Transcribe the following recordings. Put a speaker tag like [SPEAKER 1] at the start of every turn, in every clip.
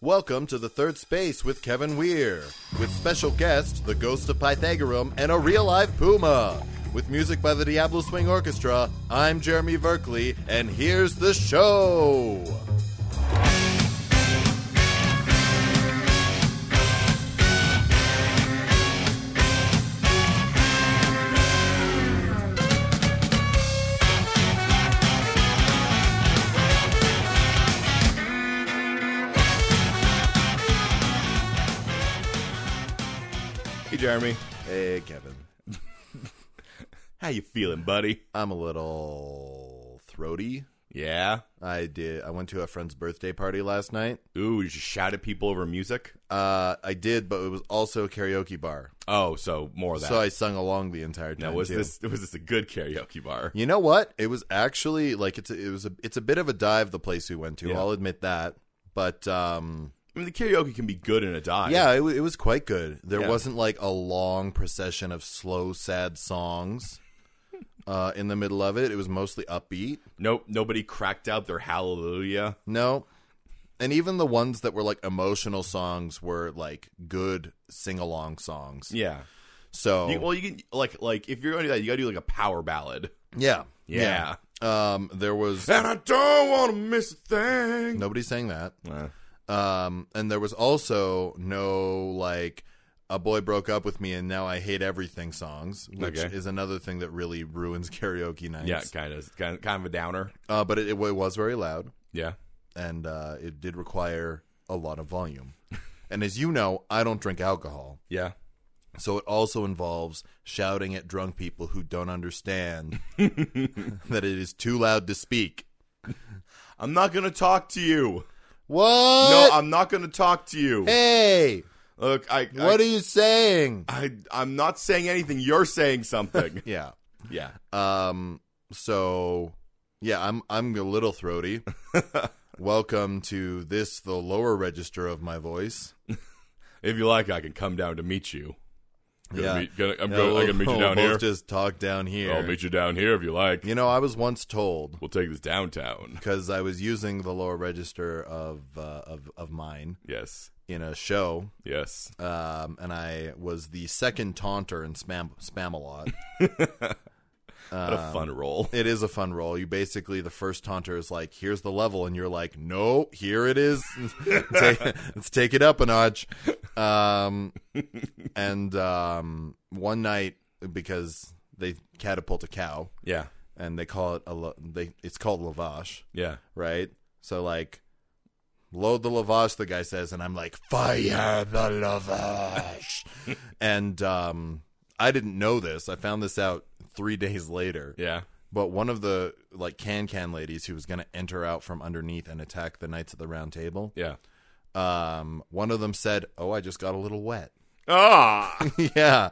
[SPEAKER 1] Welcome to the third space with Kevin Weir, with special guest, the ghost of Pythagorum, and a real live puma. With music by the Diablo Swing Orchestra, I'm Jeremy Verkley, and here's the show. Hey, Jeremy. Hey, Kevin.
[SPEAKER 2] How you feeling, buddy?
[SPEAKER 1] I'm a little throaty.
[SPEAKER 2] Yeah.
[SPEAKER 1] I did. I went to a friend's birthday party last night.
[SPEAKER 2] Ooh, you just shout at people over music.
[SPEAKER 1] Uh, I did, but it was also a karaoke bar,
[SPEAKER 2] Oh, so more of that.
[SPEAKER 1] so I sung along the entire time.
[SPEAKER 2] now, was
[SPEAKER 1] too.
[SPEAKER 2] this was this a good karaoke bar?
[SPEAKER 1] You know what? It was actually like it's a, it was a it's a bit of a dive the place we went to.
[SPEAKER 2] Yeah.
[SPEAKER 1] I'll admit that. But um,
[SPEAKER 2] I mean, the karaoke can be good in a dive.
[SPEAKER 1] yeah, it, wa- it was quite good. There
[SPEAKER 2] Yeah.
[SPEAKER 1] wasn't like a long procession of slow, sad songs uh, in the middle of it. It was mostly upbeat.
[SPEAKER 2] Nope. Nobody cracked out their hallelujah.
[SPEAKER 1] No, and even the ones that were like emotional songs were like good sing along songs.
[SPEAKER 2] Yeah.
[SPEAKER 1] So
[SPEAKER 2] You, well, you can like like if you're going to do that, you got to do like a power ballad.
[SPEAKER 1] yeah,
[SPEAKER 2] Yeah.
[SPEAKER 1] yeah. Um, there was
[SPEAKER 2] And I don't want to miss a thing.
[SPEAKER 1] nobody sang that.
[SPEAKER 2] Uh,
[SPEAKER 1] Um, and there was also no like a boy broke up with me and now I hate everything songs, which
[SPEAKER 2] Okay.
[SPEAKER 1] is another thing that really ruins karaoke nights.
[SPEAKER 2] yeah, kind of, kind of, kind of a downer.
[SPEAKER 1] Uh, but it, it was very loud
[SPEAKER 2] Yeah.
[SPEAKER 1] and uh, it did require a lot of volume. and as you know, I don't drink alcohol.
[SPEAKER 2] Yeah.
[SPEAKER 1] So it also involves shouting at drunk people who don't understand that it is too loud to speak.
[SPEAKER 2] I'm not gonna talk to you.
[SPEAKER 1] What?
[SPEAKER 2] No, I'm not gonna talk to you.
[SPEAKER 1] hey,
[SPEAKER 2] Look, I,
[SPEAKER 1] what are you saying?
[SPEAKER 2] I, I I'm not saying anything. You're saying something.
[SPEAKER 1] yeah.
[SPEAKER 2] yeah.
[SPEAKER 1] Um. So, yeah, I'm I'm a little throaty. Welcome to this, the lower register of my voice.
[SPEAKER 2] If you like, I can come down to meet you. Gonna
[SPEAKER 1] Yeah.
[SPEAKER 2] meet- gonna- I'm
[SPEAKER 1] Yeah,
[SPEAKER 2] gonna, I
[SPEAKER 1] we'll-
[SPEAKER 2] can meet you
[SPEAKER 1] we'll
[SPEAKER 2] down
[SPEAKER 1] both
[SPEAKER 2] here.
[SPEAKER 1] Just talk down here.
[SPEAKER 2] I'll meet you down here if you like.
[SPEAKER 1] You know, I was once told
[SPEAKER 2] We'll take this downtown.
[SPEAKER 1] because I was using the lower register of uh, of of mine
[SPEAKER 2] Yes.
[SPEAKER 1] in a show,
[SPEAKER 2] Yes.
[SPEAKER 1] um, and I was the second taunter in spam Spamalot.
[SPEAKER 2] what
[SPEAKER 1] Um,
[SPEAKER 2] a fun roll.
[SPEAKER 1] It is a fun role. You basically the first taunter is like, "Here's the level," and you're like, "No, here it is. take, let's take it up a notch." Um, and um, one night because they catapult a cow
[SPEAKER 2] Yeah.
[SPEAKER 1] and they call it a lo- they it's called lavash,
[SPEAKER 2] Yeah.
[SPEAKER 1] right? So like, load the lavash. The guy says, and I'm like, "Fire the lavash," and um, I didn't know this. I found this out three days later
[SPEAKER 2] Yeah.
[SPEAKER 1] but one of the like can can ladies who was going to enter out from underneath and attack the knights of the round table
[SPEAKER 2] Yeah.
[SPEAKER 1] um one of them said oh i just got a little wet
[SPEAKER 2] Ah.
[SPEAKER 1] yeah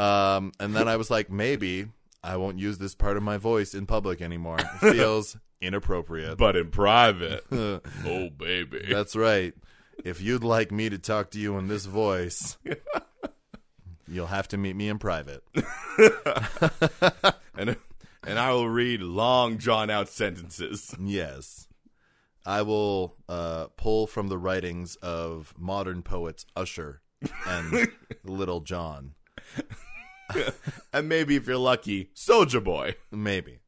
[SPEAKER 1] um and then i was like maybe i won't use this part of my voice in public anymore it feels inappropriate
[SPEAKER 2] but in private. oh baby.
[SPEAKER 1] that's right if you'd like me to talk to you in this voice you'll have to meet me in private
[SPEAKER 2] and and I will read long drawn out sentences.
[SPEAKER 1] Yes. I will uh, pull from the writings of modern poets Usher and Little John.
[SPEAKER 2] And maybe if you're lucky, Soldier Boy.
[SPEAKER 1] Maybe.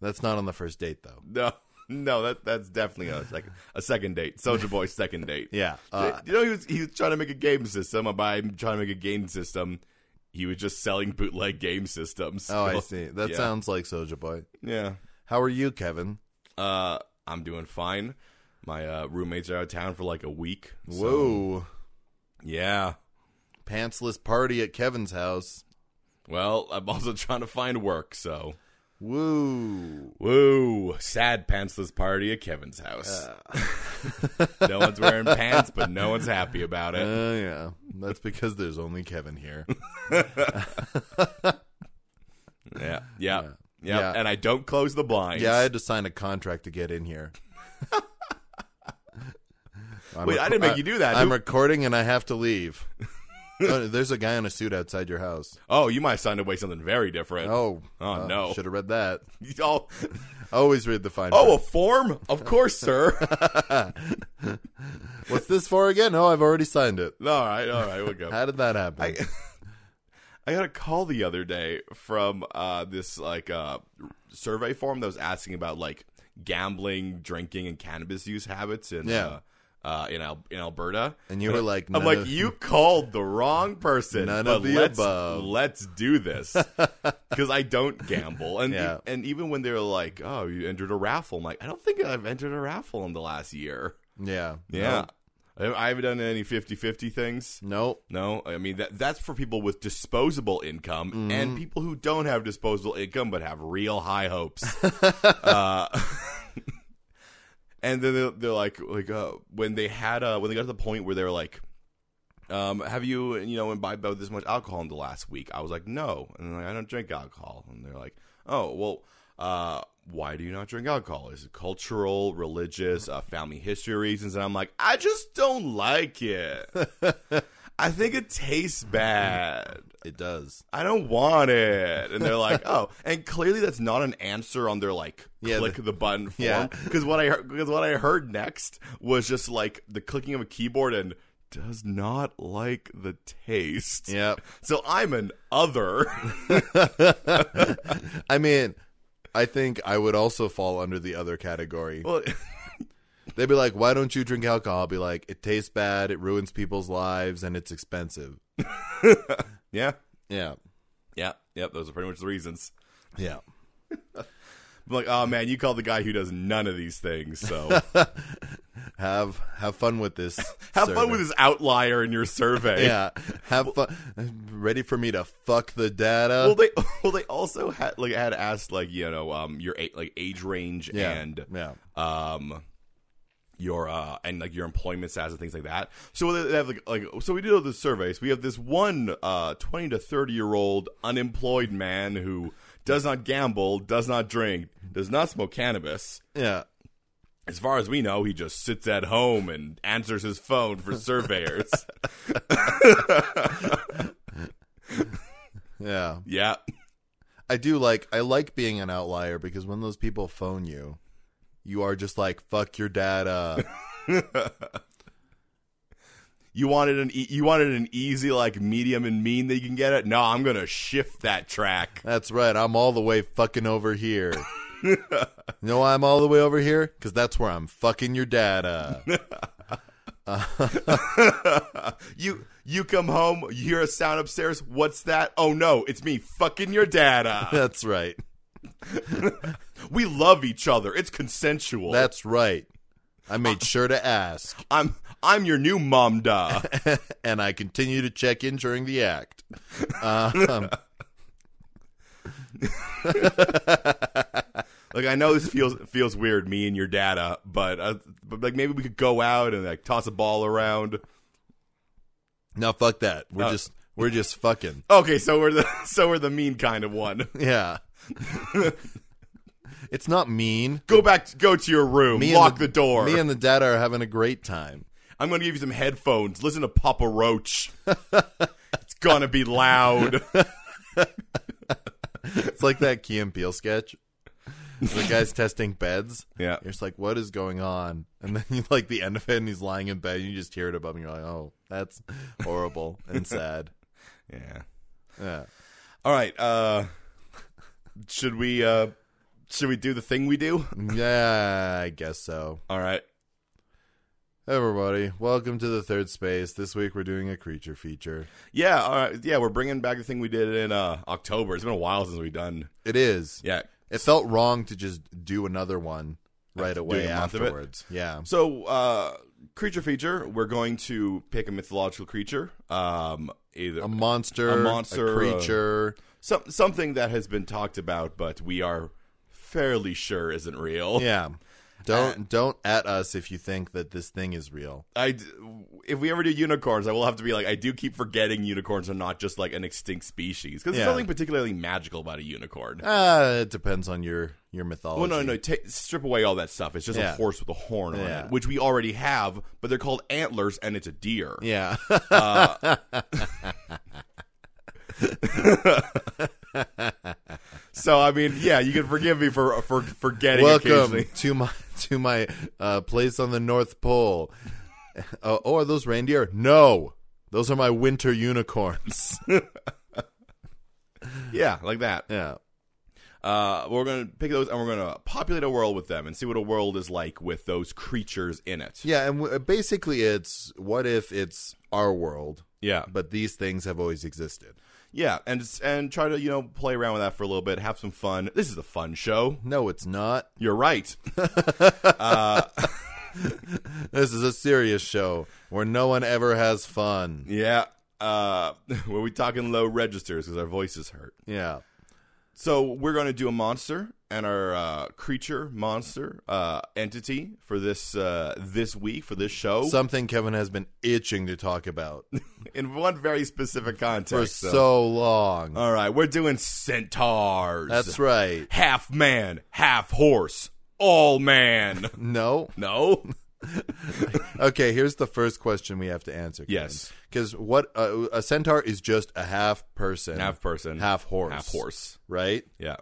[SPEAKER 1] That's not on the first date, though.
[SPEAKER 2] No. No, that that's definitely a second a second date. Soldier Boy's second date.
[SPEAKER 1] Yeah. Uh,
[SPEAKER 2] you know, he was, he was trying to make a game system. And by trying to make a game system, he was just selling bootleg game systems.
[SPEAKER 1] oh, I see. That
[SPEAKER 2] Yeah.
[SPEAKER 1] sounds like Soja Boy.
[SPEAKER 2] Yeah.
[SPEAKER 1] How are you, Kevin?
[SPEAKER 2] Uh, I'm doing fine. My uh, roommates are out of town for like a week. so-
[SPEAKER 1] Whoa.
[SPEAKER 2] yeah.
[SPEAKER 1] Pantsless party at Kevin's house.
[SPEAKER 2] Well, I'm also trying to find work, so.
[SPEAKER 1] Woo.
[SPEAKER 2] Woo. Sad pantsless party at Kevin's house.
[SPEAKER 1] Uh.
[SPEAKER 2] no one's wearing pants, but no one's happy about
[SPEAKER 1] Oh,
[SPEAKER 2] it.
[SPEAKER 1] yeah. That's because there's only Kevin here.
[SPEAKER 2] Yeah. Yeah. Yeah.
[SPEAKER 1] Yeah.
[SPEAKER 2] And I don't close the blinds.
[SPEAKER 1] Yeah, I had to sign a contract to get in here. I'm
[SPEAKER 2] Wait, I didn't make you do that.
[SPEAKER 1] I'm
[SPEAKER 2] Who-
[SPEAKER 1] recording and I have to leave. Oh, there's a guy in a suit outside your house.
[SPEAKER 2] oh, you might sign away something very different.
[SPEAKER 1] Oh,
[SPEAKER 2] Oh, no.
[SPEAKER 1] Should have read that.
[SPEAKER 2] Oh,
[SPEAKER 1] Always read the fine.
[SPEAKER 2] oh, a
[SPEAKER 1] print.
[SPEAKER 2] form? Of course, sir.
[SPEAKER 1] What's this for again? Oh, I've already signed it.
[SPEAKER 2] All right, all right, we'll go.
[SPEAKER 1] How did that happen?
[SPEAKER 2] I I got a call the other day from uh, this like uh, survey form that was asking about like gambling, drinking, and cannabis use habits in
[SPEAKER 1] Yeah.
[SPEAKER 2] uh, uh, in Al- in Alberta.
[SPEAKER 1] and you were like,
[SPEAKER 2] I'm
[SPEAKER 1] none
[SPEAKER 2] like,
[SPEAKER 1] of-
[SPEAKER 2] you called the wrong person.
[SPEAKER 1] None
[SPEAKER 2] but
[SPEAKER 1] of the
[SPEAKER 2] let's,
[SPEAKER 1] above."
[SPEAKER 2] Let's do this because I don't gamble, and e-
[SPEAKER 1] Yeah.
[SPEAKER 2] and even when they're like, "Oh, you entered a raffle," I'm like, "I don't think I've entered a raffle in the last year."
[SPEAKER 1] yeah,
[SPEAKER 2] Yeah, I I haven't done any 50-50 things.
[SPEAKER 1] nope.
[SPEAKER 2] No, I mean that that's for people with disposable income and people who don't have disposable income but have real high hopes. uh, and then they're, they're like, like uh, when they had uh, when they got to the point where they were like, um, "Have you you know imbibed about this much alcohol in the last week?" I was like, "No," and they're like, "I don't drink alcohol," and they're like, "Oh, well." Uh, why do you not drink alcohol? Is it cultural, religious, uh, family history reasons? And I'm like, I just don't like it. I think it tastes bad.
[SPEAKER 1] It does.
[SPEAKER 2] I don't want it. And they're like, oh. And clearly that's not an answer on their like
[SPEAKER 1] Yeah,
[SPEAKER 2] click the, button form.
[SPEAKER 1] yeah.
[SPEAKER 2] Because what I heard because what I heard next was just like the clicking of a keyboard and does not like the taste.
[SPEAKER 1] Yep.
[SPEAKER 2] So I'm an other.
[SPEAKER 1] I mean, I think I would also fall under the other category.
[SPEAKER 2] well,
[SPEAKER 1] They'd be like, "Why don't you drink alcohol?" I'd be like, "It tastes bad. It ruins people's lives, and it's expensive."
[SPEAKER 2] yeah.
[SPEAKER 1] Yeah,
[SPEAKER 2] Yeah. Yeah. Those are pretty much the reasons.
[SPEAKER 1] yeah.
[SPEAKER 2] I'm like, oh man, you called the guy who does none of these things. So
[SPEAKER 1] Have have fun with this.
[SPEAKER 2] have
[SPEAKER 1] sir.
[SPEAKER 2] fun with this outlier in your survey.
[SPEAKER 1] Yeah, have fun. Ready for me to fuck the data?
[SPEAKER 2] well, they well they also had like had asked like you know um your a- like age range
[SPEAKER 1] yeah,
[SPEAKER 2] and
[SPEAKER 1] yeah,
[SPEAKER 2] um your uh and like your employment status and things like that. So they they have like like so we did all the surveys. We have this one uh twenty to thirty year old unemployed man who does not gamble, does not drink, does not smoke cannabis.
[SPEAKER 1] yeah.
[SPEAKER 2] As far as we know, he just sits at home and answers his phone for surveyors.
[SPEAKER 1] Yeah,
[SPEAKER 2] yeah.
[SPEAKER 1] I do like I like being an outlier because when those people phone you, you are just like fuck your data.
[SPEAKER 2] You wanted an e- you wanted an easy like medium and mean that you can get it. No, I'm gonna shift that track.
[SPEAKER 1] That's right. I'm all the way fucking over here. you know why I'm all the way over here? Because that's where I'm fucking your data.
[SPEAKER 2] you you come home, you hear a sound upstairs. What's that? Oh no, it's me fucking your data.
[SPEAKER 1] that's right.
[SPEAKER 2] we love each other. It's consensual.
[SPEAKER 1] That's right. I made sure to ask,
[SPEAKER 2] I'm I'm your new mom da.
[SPEAKER 1] and I continue to check in during the act. Um,
[SPEAKER 2] like I know this feels feels weird, me and your data, but uh, but like maybe we could go out and like toss a ball around.
[SPEAKER 1] no, fuck that. We're
[SPEAKER 2] Oh.
[SPEAKER 1] just we're just fucking.
[SPEAKER 2] Okay, so we're the so we're the mean kind of one.
[SPEAKER 1] Yeah. it's not mean.
[SPEAKER 2] Go back, go to your room,
[SPEAKER 1] Me and
[SPEAKER 2] lock the, door.
[SPEAKER 1] Me and the data are having a great time.
[SPEAKER 2] I'm going to give you some headphones. Listen to Papa Roach. it's going to be loud.
[SPEAKER 1] It's like that Key and Peele sketch. The guy's testing beds.
[SPEAKER 2] Yeah.
[SPEAKER 1] You're just like, what is going on? And then you like the end of it and he's lying in bed and you just hear it above and you're like, oh, that's horrible and sad.
[SPEAKER 2] Yeah.
[SPEAKER 1] Yeah.
[SPEAKER 2] All right, uh should we uh should we do the thing we do?
[SPEAKER 1] Yeah, I guess so.
[SPEAKER 2] All right.
[SPEAKER 1] Hey, everybody, welcome to the third space. This week we're doing a creature feature.
[SPEAKER 2] Yeah, all right. Yeah, we're bringing back the thing we did in uh October. It's been a while since we've done.
[SPEAKER 1] It is.
[SPEAKER 2] Yeah.
[SPEAKER 1] It felt wrong to just do another one right away
[SPEAKER 2] a month of it?
[SPEAKER 1] afterwards. Yeah.
[SPEAKER 2] So, uh creature feature, we're going to pick a mythological creature. Um either
[SPEAKER 1] A monster,
[SPEAKER 2] A monster, uh,
[SPEAKER 1] a creature.
[SPEAKER 2] some something that has been talked about but we are fairly sure isn't real.
[SPEAKER 1] yeah.
[SPEAKER 2] uh,
[SPEAKER 1] Don't don't at us if you think that this thing is real.
[SPEAKER 2] I d- if we ever do unicorns, I will have to be like I do keep forgetting unicorns are not just like an extinct species because
[SPEAKER 1] Yeah.
[SPEAKER 2] there's nothing particularly magical about a unicorn.
[SPEAKER 1] Uh, it depends on your your mythology.
[SPEAKER 2] Well, no, no, ta strip away all that stuff. It's just
[SPEAKER 1] Yeah.
[SPEAKER 2] a horse with a horn on
[SPEAKER 1] Yeah.
[SPEAKER 2] it, which we already have, but they're called antlers and it's a deer.
[SPEAKER 1] Yeah.
[SPEAKER 2] So I mean, yeah, you can forgive me for for forgetting
[SPEAKER 1] Welcome
[SPEAKER 2] occasionally.
[SPEAKER 1] to my to my uh, place on the North Pole. Uh, oh, are those reindeer? No, those are my winter unicorns.
[SPEAKER 2] Yeah, like that.
[SPEAKER 1] yeah.
[SPEAKER 2] Uh, we're gonna pick those and we're gonna populate a world with them and see what a world is like with those creatures in it.
[SPEAKER 1] Yeah, and w- basically it's what if it's our world,
[SPEAKER 2] Yeah,
[SPEAKER 1] but these things have always existed.
[SPEAKER 2] yeah, and and try to you know play around with that for a little bit, have some fun. This is a fun show.
[SPEAKER 1] No, it's not.
[SPEAKER 2] You're right.
[SPEAKER 1] This is a serious show where no one ever has fun.
[SPEAKER 2] Yeah. Uh, were we talking low registers because our voices hurt?
[SPEAKER 1] Yeah.
[SPEAKER 2] So we're going to do a monster and our uh, creature monster uh, entity for this uh, this week for this show
[SPEAKER 1] Something Kevin has been itching to talk about
[SPEAKER 2] in one very specific context.
[SPEAKER 1] for
[SPEAKER 2] so- Uh,
[SPEAKER 1] so long.
[SPEAKER 2] all right, we're doing centaurs.
[SPEAKER 1] That's right.
[SPEAKER 2] half man, half horse, all man.
[SPEAKER 1] No.
[SPEAKER 2] no.
[SPEAKER 1] Okay, here's the first question we have to answer.
[SPEAKER 2] Yes.
[SPEAKER 1] Because what uh, a centaur is just a half person,
[SPEAKER 2] Half person,
[SPEAKER 1] half horse,
[SPEAKER 2] half horse.
[SPEAKER 1] right?
[SPEAKER 2] Yeah.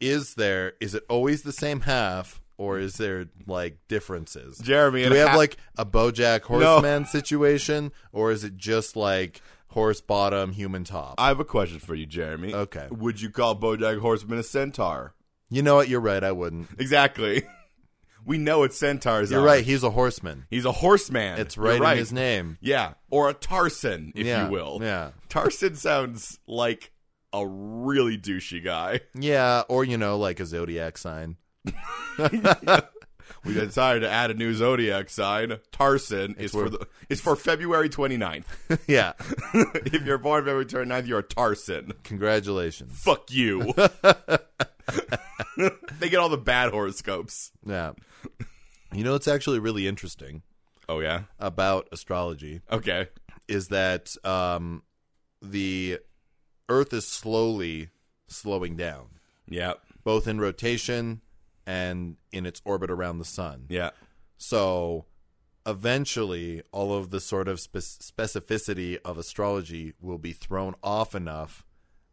[SPEAKER 1] Is there is it always the same half, or is there like differences?
[SPEAKER 2] Jeremy,
[SPEAKER 1] Do
[SPEAKER 2] and
[SPEAKER 1] we have
[SPEAKER 2] ha-
[SPEAKER 1] like a BoJack Horseman situation, or is it just like horse bottom, human top?
[SPEAKER 2] I have a question for you, Jeremy.
[SPEAKER 1] Okay.
[SPEAKER 2] Would you call Bojack Horseman a centaur?
[SPEAKER 1] you know what? You're right. I wouldn't.
[SPEAKER 2] Exactly. We know it's centaurs.
[SPEAKER 1] You're
[SPEAKER 2] are.
[SPEAKER 1] right. He's a horseman.
[SPEAKER 2] He's a horseman.
[SPEAKER 1] It's
[SPEAKER 2] You're
[SPEAKER 1] right, in his name,
[SPEAKER 2] Yeah, or a Tarson, if
[SPEAKER 1] yeah,
[SPEAKER 2] you will.
[SPEAKER 1] Yeah,
[SPEAKER 2] Tarson sounds like a really douchey guy.
[SPEAKER 1] yeah. Or you know, like a zodiac sign.
[SPEAKER 2] We decided to add a new zodiac sign. Tarson is for
[SPEAKER 1] where-
[SPEAKER 2] the it's for February 29th.
[SPEAKER 1] yeah.
[SPEAKER 2] if you're born February 29th, you're a Tarson.
[SPEAKER 1] Congratulations.
[SPEAKER 2] Fuck you. they get all the bad horoscopes.
[SPEAKER 1] Yeah. You know, it's actually really interesting
[SPEAKER 2] Oh yeah.
[SPEAKER 1] about astrology
[SPEAKER 2] Okay.
[SPEAKER 1] is that um, the Earth is slowly slowing down,
[SPEAKER 2] Yeah.
[SPEAKER 1] both in rotation and in its orbit around the sun.
[SPEAKER 2] Yeah.
[SPEAKER 1] So eventually, all of the sort of spe- specificity of astrology will be thrown off enough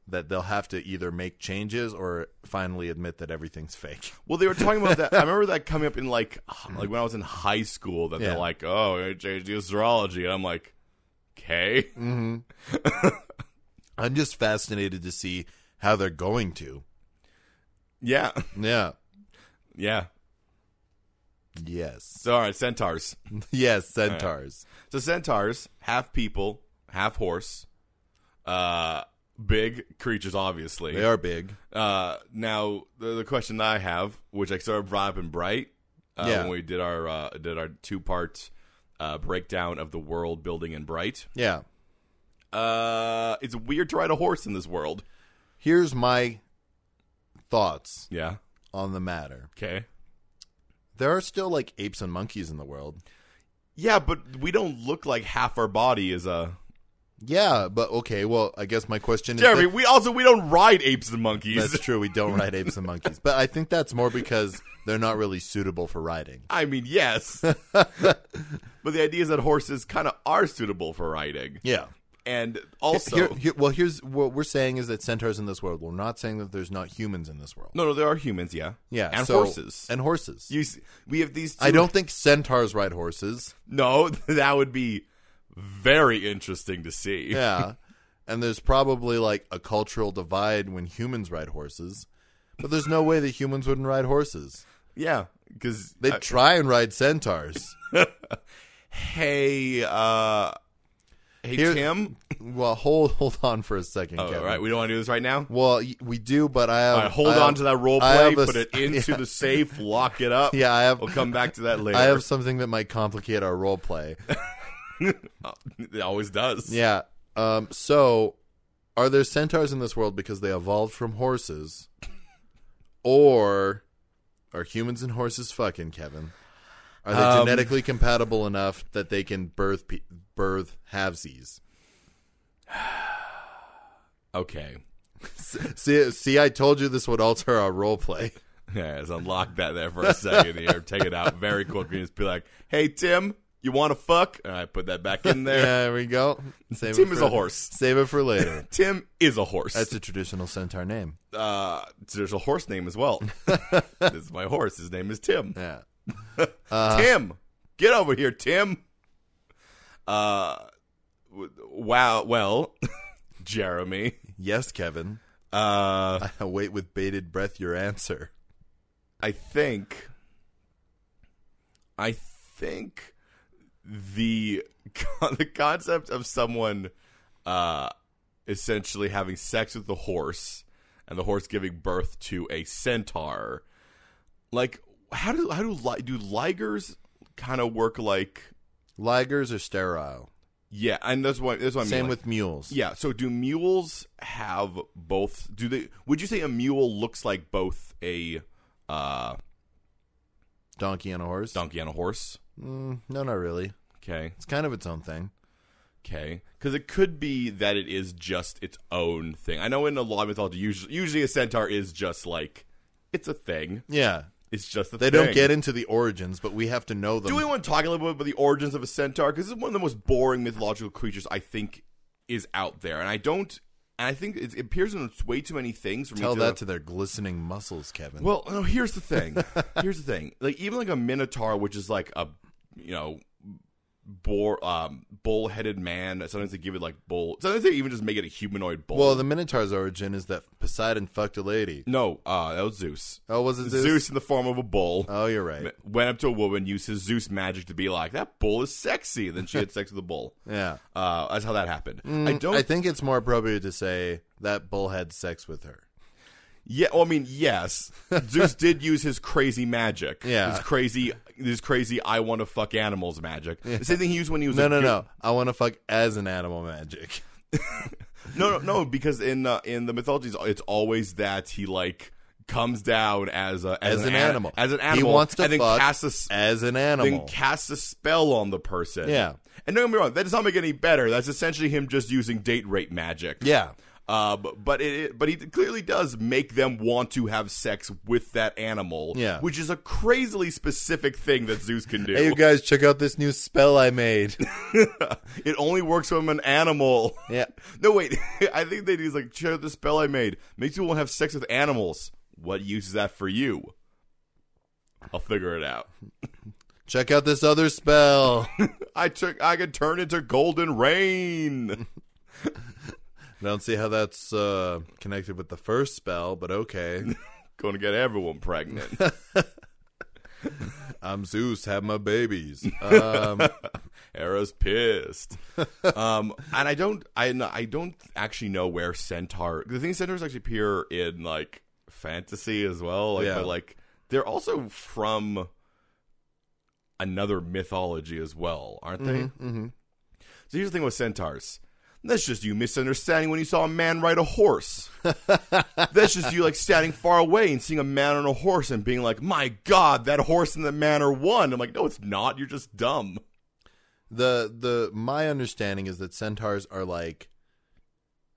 [SPEAKER 1] that they'll have to either make changes or finally admit that everything's fake.
[SPEAKER 2] Well, they were talking about that. I remember that coming up in like h- like when I was in high school. That
[SPEAKER 1] Yeah.
[SPEAKER 2] they're like, "Oh, I changed the astrology." And I'm like, "Okay,
[SPEAKER 1] I'm just fascinated to see how they're going to.
[SPEAKER 2] yeah,
[SPEAKER 1] Yeah.
[SPEAKER 2] yeah."
[SPEAKER 1] Yes.
[SPEAKER 2] So all right, centaurs.
[SPEAKER 1] Yes, centaurs.
[SPEAKER 2] So centaurs, half people, half horse, uh, big creatures, obviously.
[SPEAKER 1] They are big.
[SPEAKER 2] Uh, now the, the question that I have, which I sort of brought up in Bright, uh,
[SPEAKER 1] Yeah.
[SPEAKER 2] when we did our uh, did our two part uh, breakdown of the world building in Bright,
[SPEAKER 1] Yeah.
[SPEAKER 2] uh, it's weird to ride a horse in this world.
[SPEAKER 1] Here's my thoughts
[SPEAKER 2] Yeah.
[SPEAKER 1] on the matter.
[SPEAKER 2] Okay.
[SPEAKER 1] There are still like apes and monkeys in the world.
[SPEAKER 2] Yeah, but we don't look like half our body is uh, a.
[SPEAKER 1] Yeah, but okay, well, I guess my question is
[SPEAKER 2] Jeremy,
[SPEAKER 1] that-
[SPEAKER 2] we also we don't ride apes and monkeys.
[SPEAKER 1] That's true. We don't ride apes and monkeys, but I think that's more because they're not really suitable for riding.
[SPEAKER 2] I mean, yes. but the idea is that horses kind of are suitable for riding,
[SPEAKER 1] Yeah.
[SPEAKER 2] and also
[SPEAKER 1] Here, here- well, here's what we're saying is that centaurs in this world. We're not saying that there's not humans in this world.
[SPEAKER 2] no, no, there are humans, yeah,
[SPEAKER 1] Yeah,
[SPEAKER 2] and
[SPEAKER 1] so-
[SPEAKER 2] horses.
[SPEAKER 1] and horses.
[SPEAKER 2] you, s- we have these. Two,
[SPEAKER 1] I don't think centaurs ride horses.
[SPEAKER 2] No, that would be very interesting to see.
[SPEAKER 1] Yeah, and there's probably like a cultural divide when humans ride horses, but there's no way that humans wouldn't ride horses.
[SPEAKER 2] Yeah, because
[SPEAKER 1] They would try and ride centaurs.
[SPEAKER 2] hey, uh, hey
[SPEAKER 1] Here-
[SPEAKER 2] Tim.
[SPEAKER 1] well, hold hold on for a second.
[SPEAKER 2] Oh, all
[SPEAKER 1] Kevin.
[SPEAKER 2] right, we don't want to do this right now.
[SPEAKER 1] Well, y- we do, but I have,
[SPEAKER 2] All right, hold
[SPEAKER 1] Um, I have-
[SPEAKER 2] on to that role
[SPEAKER 1] I
[SPEAKER 2] play,
[SPEAKER 1] have a
[SPEAKER 2] put it
[SPEAKER 1] s-
[SPEAKER 2] into
[SPEAKER 1] yeah.
[SPEAKER 2] the safe, lock it up.
[SPEAKER 1] Yeah, I have.
[SPEAKER 2] We'll come back to that later.
[SPEAKER 1] I have something that might complicate our role play.
[SPEAKER 2] it always does.
[SPEAKER 1] Yeah. Um, so, are there centaurs in this world because they evolved from horses, or are humans and horses fucking Kevin? Are they
[SPEAKER 2] Um,
[SPEAKER 1] genetically compatible enough that they can birth pe- birth halvesies?
[SPEAKER 2] Okay.
[SPEAKER 1] See, see, I told you this would alter our role play.
[SPEAKER 2] Yeah, let's unlock that there for a second here. Take it out very quickly and just be like, hey, Tim, you want to fuck? All right, put that back in there.
[SPEAKER 1] There we go. Save
[SPEAKER 2] Tim
[SPEAKER 1] it
[SPEAKER 2] is
[SPEAKER 1] for-
[SPEAKER 2] a horse.
[SPEAKER 1] Save it for later.
[SPEAKER 2] Tim is a horse.
[SPEAKER 1] That's a traditional centaur name.
[SPEAKER 2] uh, there's a horse name as well. this is my horse. His name is Tim.
[SPEAKER 1] Yeah.
[SPEAKER 2] Tim, get over here, Tim. Uh, w- wow. Well, Jeremy.
[SPEAKER 1] Yes, Kevin.
[SPEAKER 2] Uh,
[SPEAKER 1] I await with bated breath your answer.
[SPEAKER 2] I think. I think the con- the concept of someone uh, essentially having sex with the horse and the horse giving birth to a centaur, like how do how do li- do ligers kind of work like
[SPEAKER 1] Ligers are sterile.
[SPEAKER 2] yeah and that's what that's what I mean
[SPEAKER 1] Same
[SPEAKER 2] like-
[SPEAKER 1] with mules.
[SPEAKER 2] Yeah. So do mules have both? Do they? Would you say a mule looks like both a uh,
[SPEAKER 1] Donkey and a horse.
[SPEAKER 2] donkey and a horse?
[SPEAKER 1] Mm, no, not really.
[SPEAKER 2] Okay.
[SPEAKER 1] It's kind of its own thing.
[SPEAKER 2] Okay. Because it could be that it is just its own thing. I know in a lot of mythology, usually, usually a centaur is just like it's a thing.
[SPEAKER 1] Yeah.
[SPEAKER 2] It's just a
[SPEAKER 1] They
[SPEAKER 2] thing.
[SPEAKER 1] don't get into the origins, but we have to know them.
[SPEAKER 2] Do we want to talk a little bit about the origins of a centaur? Because it's one of the most boring mythological creatures I think is out there, and I don't. And I think it, it appears in way too many things for
[SPEAKER 1] Tell
[SPEAKER 2] me to
[SPEAKER 1] that to their glistening muscles, Kevin.
[SPEAKER 2] Well, no, here's the thing. here's the thing. Like even like a minotaur, which is like a you know boar um bull-headed man. Sometimes they give it like bull. Sometimes they even just make it a humanoid bull.
[SPEAKER 1] well, the Minotaur's origin is that Poseidon fucked a lady.
[SPEAKER 2] no, uh, that was Zeus.
[SPEAKER 1] Oh, was it Zeus?
[SPEAKER 2] Zeus in the form of a bull.
[SPEAKER 1] Oh, you're right.
[SPEAKER 2] Went up to a woman, used his Zeus magic to be like, "That bull is sexy." Then she had sex with the bull.
[SPEAKER 1] Yeah. Mm,
[SPEAKER 2] Uh, that's how that happened. I don't.
[SPEAKER 1] I think it's more appropriate to say that bull had sex with her.
[SPEAKER 2] yeah, well, I mean, yes, Zeus did use his crazy magic.
[SPEAKER 1] Yeah.
[SPEAKER 2] his crazy, his crazy. I want to fuck animals magic. The same thing he used when he was
[SPEAKER 1] No,
[SPEAKER 2] a
[SPEAKER 1] no,
[SPEAKER 2] goose.
[SPEAKER 1] no. I want to fuck as an animal magic.
[SPEAKER 2] No, no, no, because in uh, in the mythologies, it's always that he like comes down as a
[SPEAKER 1] As
[SPEAKER 2] as,
[SPEAKER 1] an
[SPEAKER 2] an an-
[SPEAKER 1] animal.
[SPEAKER 2] as an
[SPEAKER 1] He
[SPEAKER 2] animal,
[SPEAKER 1] wants to
[SPEAKER 2] and then
[SPEAKER 1] fuck
[SPEAKER 2] casts a s-
[SPEAKER 1] As an
[SPEAKER 2] then
[SPEAKER 1] animal.
[SPEAKER 2] casts a spell on the person.
[SPEAKER 1] Yeah.
[SPEAKER 2] and don't get me wrong, that does not make it any better. That's essentially him just using date rape magic.
[SPEAKER 1] yeah.
[SPEAKER 2] Um, but it, it- but he clearly does make them want to have sex with that animal,
[SPEAKER 1] Yeah.
[SPEAKER 2] which is a crazily specific thing that Zeus can do.
[SPEAKER 1] Hey, you guys, check out this new spell I made.
[SPEAKER 2] it only works from an animal.
[SPEAKER 1] Yeah.
[SPEAKER 2] No, wait. I think they do like check out the spell I made. Makes people want to have sex with animals. What use is that for you? I'll figure it out.
[SPEAKER 1] Check out this other spell.
[SPEAKER 2] I took. I could turn into golden rain.
[SPEAKER 1] I don't see how that's uh, connected with the first spell, but okay.
[SPEAKER 2] Going to get everyone pregnant.
[SPEAKER 1] I'm Zeus. Have my babies. Um,
[SPEAKER 2] Hera's pissed. um, and I don't. I no, I don't actually know where centaur. The thing is centaurs actually appear in like fantasy as well. Like,
[SPEAKER 1] Yeah.
[SPEAKER 2] But like they're also from another mythology as well, aren't they?
[SPEAKER 1] mhm.
[SPEAKER 2] So here's the thing with centaurs. That's just you misunderstanding when you saw a man ride a horse. That's just you like standing far away and seeing a man on a horse and being like, "My God, that horse and the man are one." I'm like, "No, it's not. You're just dumb."
[SPEAKER 1] the the my understanding is that centaurs are like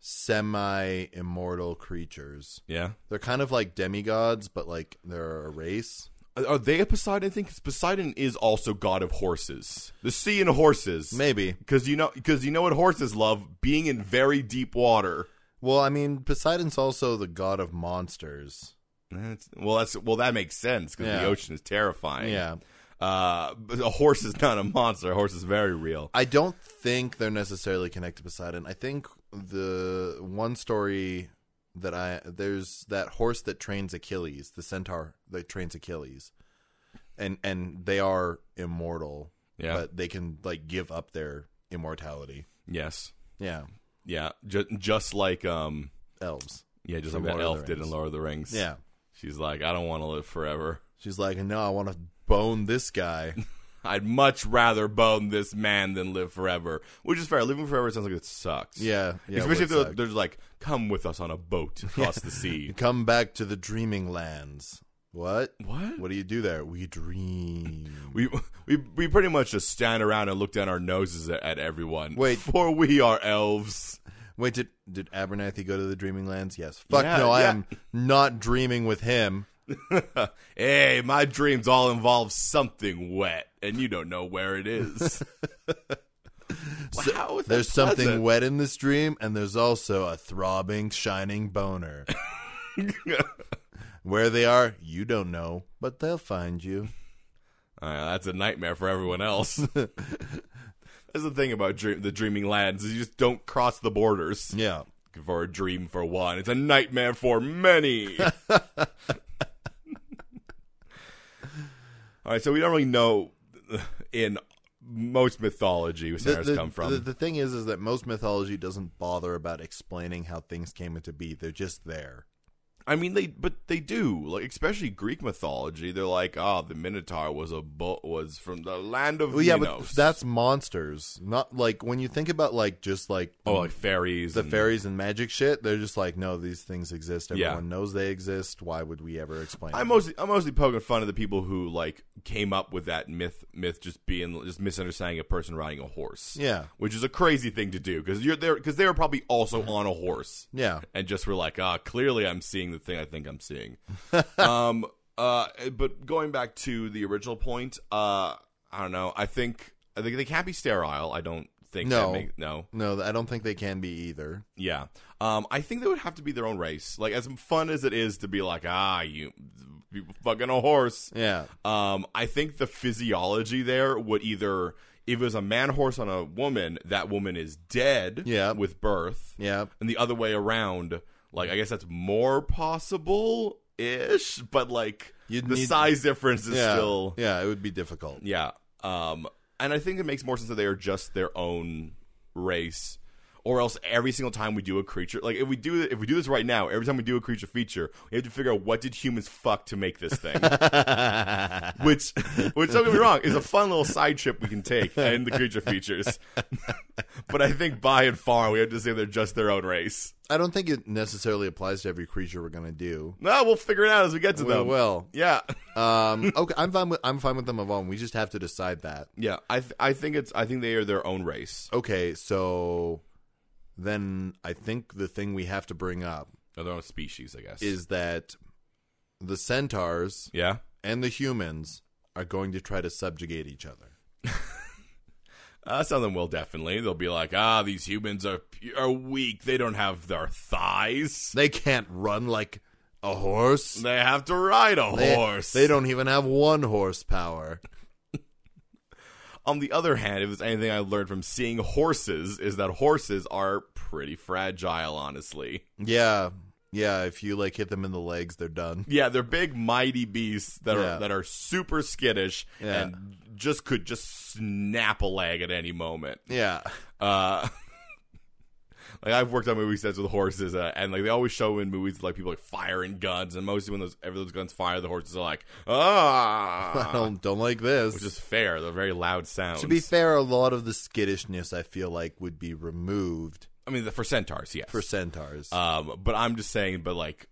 [SPEAKER 1] semi immortal creatures.
[SPEAKER 2] Yeah.
[SPEAKER 1] They're kind of like demigods, but like they're a race.
[SPEAKER 2] Are they a Poseidon thing? 'Cause Poseidon is also god of horses, the sea and horses.
[SPEAKER 1] Maybe.
[SPEAKER 2] Because you know, because you know what horses love being in very deep water.
[SPEAKER 1] Well, I mean, Poseidon's also the god of monsters.
[SPEAKER 2] That's- well, that's well that makes sense because
[SPEAKER 1] Yeah.
[SPEAKER 2] the ocean is terrifying.
[SPEAKER 1] Yeah.
[SPEAKER 2] uh, but a horse is not a monster. A horse is very real.
[SPEAKER 1] I don't think they're necessarily connected to Poseidon. I think the one story that I there's that horse that trains Achilles, the centaur that trains Achilles. And and they are immortal,
[SPEAKER 2] Yeah.
[SPEAKER 1] but they can like give up their immortality.
[SPEAKER 2] yes.
[SPEAKER 1] Yeah.
[SPEAKER 2] Yeah. Just just like um.
[SPEAKER 1] Elves.
[SPEAKER 2] Yeah. Just
[SPEAKER 1] From
[SPEAKER 2] like that
[SPEAKER 1] Lord of the
[SPEAKER 2] elf did in
[SPEAKER 1] Rings.
[SPEAKER 2] Lord of the Rings.
[SPEAKER 1] Yeah.
[SPEAKER 2] She's like, I don't want to live forever.
[SPEAKER 1] She's like, "No, I want to bone this guy."
[SPEAKER 2] I'd much rather bone this man than live forever. Which is fair. Living forever sounds like it sucks.
[SPEAKER 1] Yeah. yeah it
[SPEAKER 2] Especially if
[SPEAKER 1] would
[SPEAKER 2] they're,
[SPEAKER 1] suck.
[SPEAKER 2] they're just like, come with us on a boat across the sea.
[SPEAKER 1] Come back to the dreaming lands. What?
[SPEAKER 2] What?
[SPEAKER 1] What do you do there? We dream.
[SPEAKER 2] We, we we pretty much just stand around and look down our noses at, at everyone.
[SPEAKER 1] Wait.
[SPEAKER 2] for we are elves.
[SPEAKER 1] Wait, did did Abernathy go to the dreaming lands? Yes. Fuck
[SPEAKER 2] Yeah,
[SPEAKER 1] no, I
[SPEAKER 2] yeah.
[SPEAKER 1] am not dreaming with him.
[SPEAKER 2] hey, my dreams all involve something wet, and you don't know where it is. wow,
[SPEAKER 1] There's something
[SPEAKER 2] wet.
[SPEAKER 1] wet in this dream, and there's also a throbbing, shining boner. Where they are, you don't know, but they'll find you.
[SPEAKER 2] Uh, that's a nightmare for everyone else. That's That's the thing about dream, the dreaming lands is you just don't cross the borders.
[SPEAKER 1] Yeah.
[SPEAKER 2] For a dream for one, it's a nightmare for many. All right, so we don't really know in most mythology where
[SPEAKER 1] The,
[SPEAKER 2] Sarahs
[SPEAKER 1] the-
[SPEAKER 2] come from.
[SPEAKER 1] the- the thing is, is that most mythology doesn't bother about explaining how things came into be. They're just there.
[SPEAKER 2] I mean, they but they do like especially Greek mythology. They're like, oh, the Minotaur was a bull was from the land of
[SPEAKER 1] Well, yeah, but
[SPEAKER 2] Minos.
[SPEAKER 1] that's monsters. Not like when you think about like just like
[SPEAKER 2] oh, like fairies.
[SPEAKER 1] the
[SPEAKER 2] and-
[SPEAKER 1] fairies and magic shit. They're just like, no, these things exist.
[SPEAKER 2] Yeah.
[SPEAKER 1] Everyone knows they exist. Why would we ever explain?
[SPEAKER 2] I'm
[SPEAKER 1] them?
[SPEAKER 2] mostly I'm mostly poking fun at the people who like came up with that myth myth just being just misunderstanding a person riding a horse.
[SPEAKER 1] yeah,
[SPEAKER 2] Which is a crazy thing to do because you're there because they were probably also on a horse.
[SPEAKER 1] yeah.
[SPEAKER 2] and just were like, ah, clearly I'm seeing the thing I think I'm seeing. um, uh, but going back to the original point, uh, I don't know. I think I think they can't be sterile. I don't think
[SPEAKER 1] No.
[SPEAKER 2] that make, no,
[SPEAKER 1] No, I don't think they can be either.
[SPEAKER 2] yeah. Um, I think they would have to be their own race. Like as fun as it is to be like, ah, you, you fucking a horse.
[SPEAKER 1] Yeah,
[SPEAKER 2] Um, I think the physiology there would either. If it was a man horse on a woman, that woman is dead
[SPEAKER 1] Yeah.
[SPEAKER 2] with birth
[SPEAKER 1] yeah.
[SPEAKER 2] and the other way around. Like I guess that's more possible ish, but like
[SPEAKER 1] You'd
[SPEAKER 2] the
[SPEAKER 1] need-
[SPEAKER 2] size difference is
[SPEAKER 1] yeah.
[SPEAKER 2] still
[SPEAKER 1] yeah, it would be difficult.
[SPEAKER 2] yeah. Um, and I think it makes more sense that they are just their own race, or else every single time we do a creature, like if we do if we do this right now, every time we do a creature feature, we have to figure out what did humans fuck to make this thing. which, which don't get me wrong, is a fun little side trip we can take in the creature features. but I think by and far we have to say they're just their own race.
[SPEAKER 1] I don't think it necessarily applies to every creature we're gonna do.
[SPEAKER 2] No, we'll figure it out as we get to
[SPEAKER 1] We
[SPEAKER 2] them.
[SPEAKER 1] will.
[SPEAKER 2] Yeah.
[SPEAKER 1] Um, okay, I'm fine with I'm fine with them alone. We just have to decide that.
[SPEAKER 2] Yeah, I th- I think it's I think they are their own race.
[SPEAKER 1] Okay, so then I think the thing we have to bring up
[SPEAKER 2] Or their own species, I guess.
[SPEAKER 1] is that the centaurs
[SPEAKER 2] yeah.
[SPEAKER 1] and the humans are going to try to subjugate each other.
[SPEAKER 2] Uh, some of them will definitely. They'll be like, ah, these humans are are weak. They don't have their thighs.
[SPEAKER 1] They can't run like a horse.
[SPEAKER 2] They have to ride a
[SPEAKER 1] They-
[SPEAKER 2] horse.
[SPEAKER 1] They don't even have one horsepower.
[SPEAKER 2] On the other hand, if there's anything I learned from seeing horses, is that horses are pretty fragile. Honestly,
[SPEAKER 1] Yeah, yeah. If you like hit them in the legs, they're done.
[SPEAKER 2] yeah, they're big, mighty beasts that
[SPEAKER 1] Yeah.
[SPEAKER 2] are that are super skittish
[SPEAKER 1] Yeah.
[SPEAKER 2] and just could just snap a leg at any moment.
[SPEAKER 1] Yeah,
[SPEAKER 2] Uh, like I've worked on movie sets with horses, uh, and like they always show in movies like people like firing guns, and mostly when those ever those guns fire, the horses are like
[SPEAKER 1] I
[SPEAKER 2] ah,
[SPEAKER 1] don't don't like this.
[SPEAKER 2] which is fair. They're very loud sounds.
[SPEAKER 1] to be fair, a lot of the skittishness I feel like would be removed
[SPEAKER 2] I mean, the, for centaurs, yes.
[SPEAKER 1] for centaurs.
[SPEAKER 2] um, but I'm just saying, but like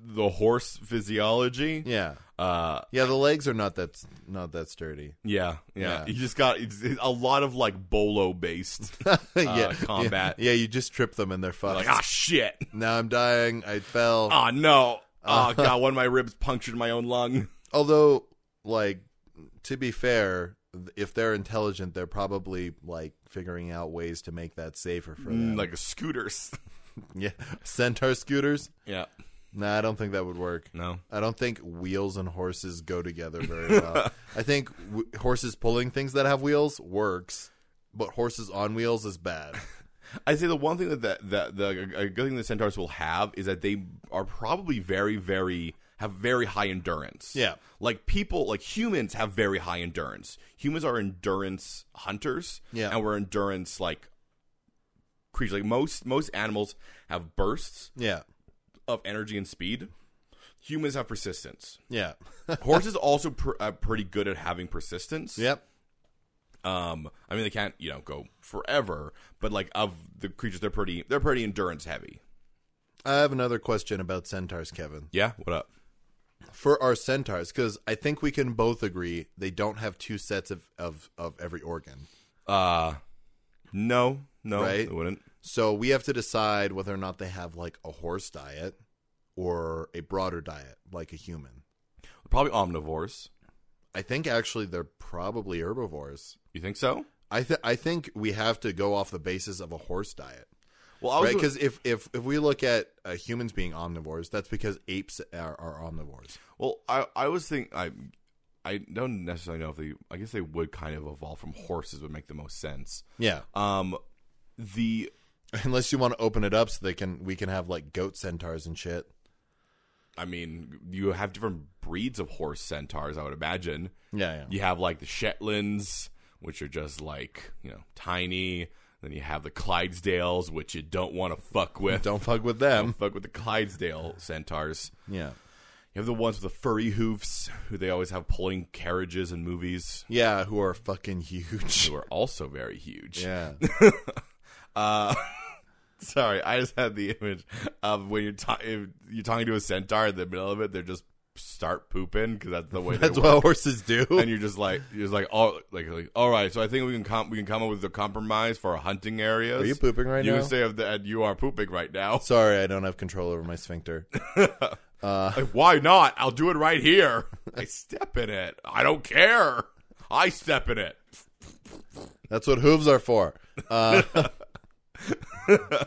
[SPEAKER 2] the horse physiology,
[SPEAKER 1] yeah,
[SPEAKER 2] uh,
[SPEAKER 1] yeah. The legs are not that s- not that sturdy.
[SPEAKER 2] yeah, yeah,
[SPEAKER 1] Yeah.
[SPEAKER 2] You just got it's, it's a lot of like bolo based,
[SPEAKER 1] yeah,
[SPEAKER 2] Uh, combat.
[SPEAKER 1] Yeah, yeah, you just trip them and they're fucked.
[SPEAKER 2] like ah shit,
[SPEAKER 1] Now I'm dying. I fell.
[SPEAKER 2] ah no,
[SPEAKER 1] Uh-huh.
[SPEAKER 2] oh god, one of my ribs punctured my own lung.
[SPEAKER 1] Although, like, to be fair, th- if they're intelligent, they're probably like figuring out ways to make that safer for them.
[SPEAKER 2] Mm, Like scooters.
[SPEAKER 1] yeah, centaur scooters.
[SPEAKER 2] Yeah.
[SPEAKER 1] Nah, I don't think that would work.
[SPEAKER 2] No.
[SPEAKER 1] I don't think wheels and horses go together very well. I think w- horses pulling things that have wheels works, but horses on wheels is bad.
[SPEAKER 2] I say the one thing that that that the a good thing the centaurs will have is that they are probably very very have very high endurance.
[SPEAKER 1] Yeah.
[SPEAKER 2] Like people like humans have very high endurance. Humans are endurance hunters.
[SPEAKER 1] Yeah.
[SPEAKER 2] And we're endurance like creatures. Like most most animals have bursts
[SPEAKER 1] Yeah,
[SPEAKER 2] of energy and speed. Humans have persistence.
[SPEAKER 1] yeah,
[SPEAKER 2] Horses also pr- are pretty good at having persistence.
[SPEAKER 1] yep.
[SPEAKER 2] Um, I mean, they can't you know go forever, but like of the creatures, they're pretty they're pretty endurance heavy.
[SPEAKER 1] I have another question about centaurs, Kevin.
[SPEAKER 2] Yeah, what up?
[SPEAKER 1] For our centaurs, because I think we can both agree they don't have two sets of, of, of every organ.
[SPEAKER 2] Uh no, no,
[SPEAKER 1] Right?
[SPEAKER 2] it wouldn't.
[SPEAKER 1] So we have to decide whether or not they have like a horse diet or a broader diet, like a human.
[SPEAKER 2] Probably omnivores.
[SPEAKER 1] I think actually they're probably herbivores.
[SPEAKER 2] You think so?
[SPEAKER 1] I th- I think we have to go off the basis of a horse diet,
[SPEAKER 2] Well, I
[SPEAKER 1] right?
[SPEAKER 2] gonna-
[SPEAKER 1] Because if, if if we look at uh, humans being omnivores, that's because apes are, are omnivores.
[SPEAKER 2] well, I I was thinking I. I don't necessarily know if they. I guess they would kind of evolve from horses would make the most sense.
[SPEAKER 1] Yeah.
[SPEAKER 2] Um, the
[SPEAKER 1] Uh, Unless you want to open it up so they can we can have like goat centaurs and shit.
[SPEAKER 2] I mean, you have different breeds of horse centaurs. I would imagine
[SPEAKER 1] Yeah, yeah.
[SPEAKER 2] you have like the Shetlands, which are just like you know tiny. Then you have the Clydesdales, which you don't want to fuck with.
[SPEAKER 1] Don't fuck with them.
[SPEAKER 2] fuck with the Clydesdale centaurs.
[SPEAKER 1] Yeah.
[SPEAKER 2] You have the ones with the furry hoofs, who they always have pulling carriages in movies,
[SPEAKER 1] Yeah, who are fucking huge.
[SPEAKER 2] who are also very huge.
[SPEAKER 1] Yeah.
[SPEAKER 2] Sorry, I just had the image of when you're ta- if you're talking to a centaur in the middle of it, they just start pooping because that's the way they
[SPEAKER 1] That's
[SPEAKER 2] work.
[SPEAKER 1] what horses do.
[SPEAKER 2] and you're just like you're just like oh like, like all right, so I think we can com- we can come up with a compromise for our hunting areas.
[SPEAKER 1] Are you pooping right
[SPEAKER 2] you
[SPEAKER 1] now?
[SPEAKER 2] say of that you are pooping right now.
[SPEAKER 1] Sorry, I don't have control over my sphincter.
[SPEAKER 2] Like, why not? I'll do it right here. I step in it. I don't care. I step in it.
[SPEAKER 1] That's what hooves are for. Uh,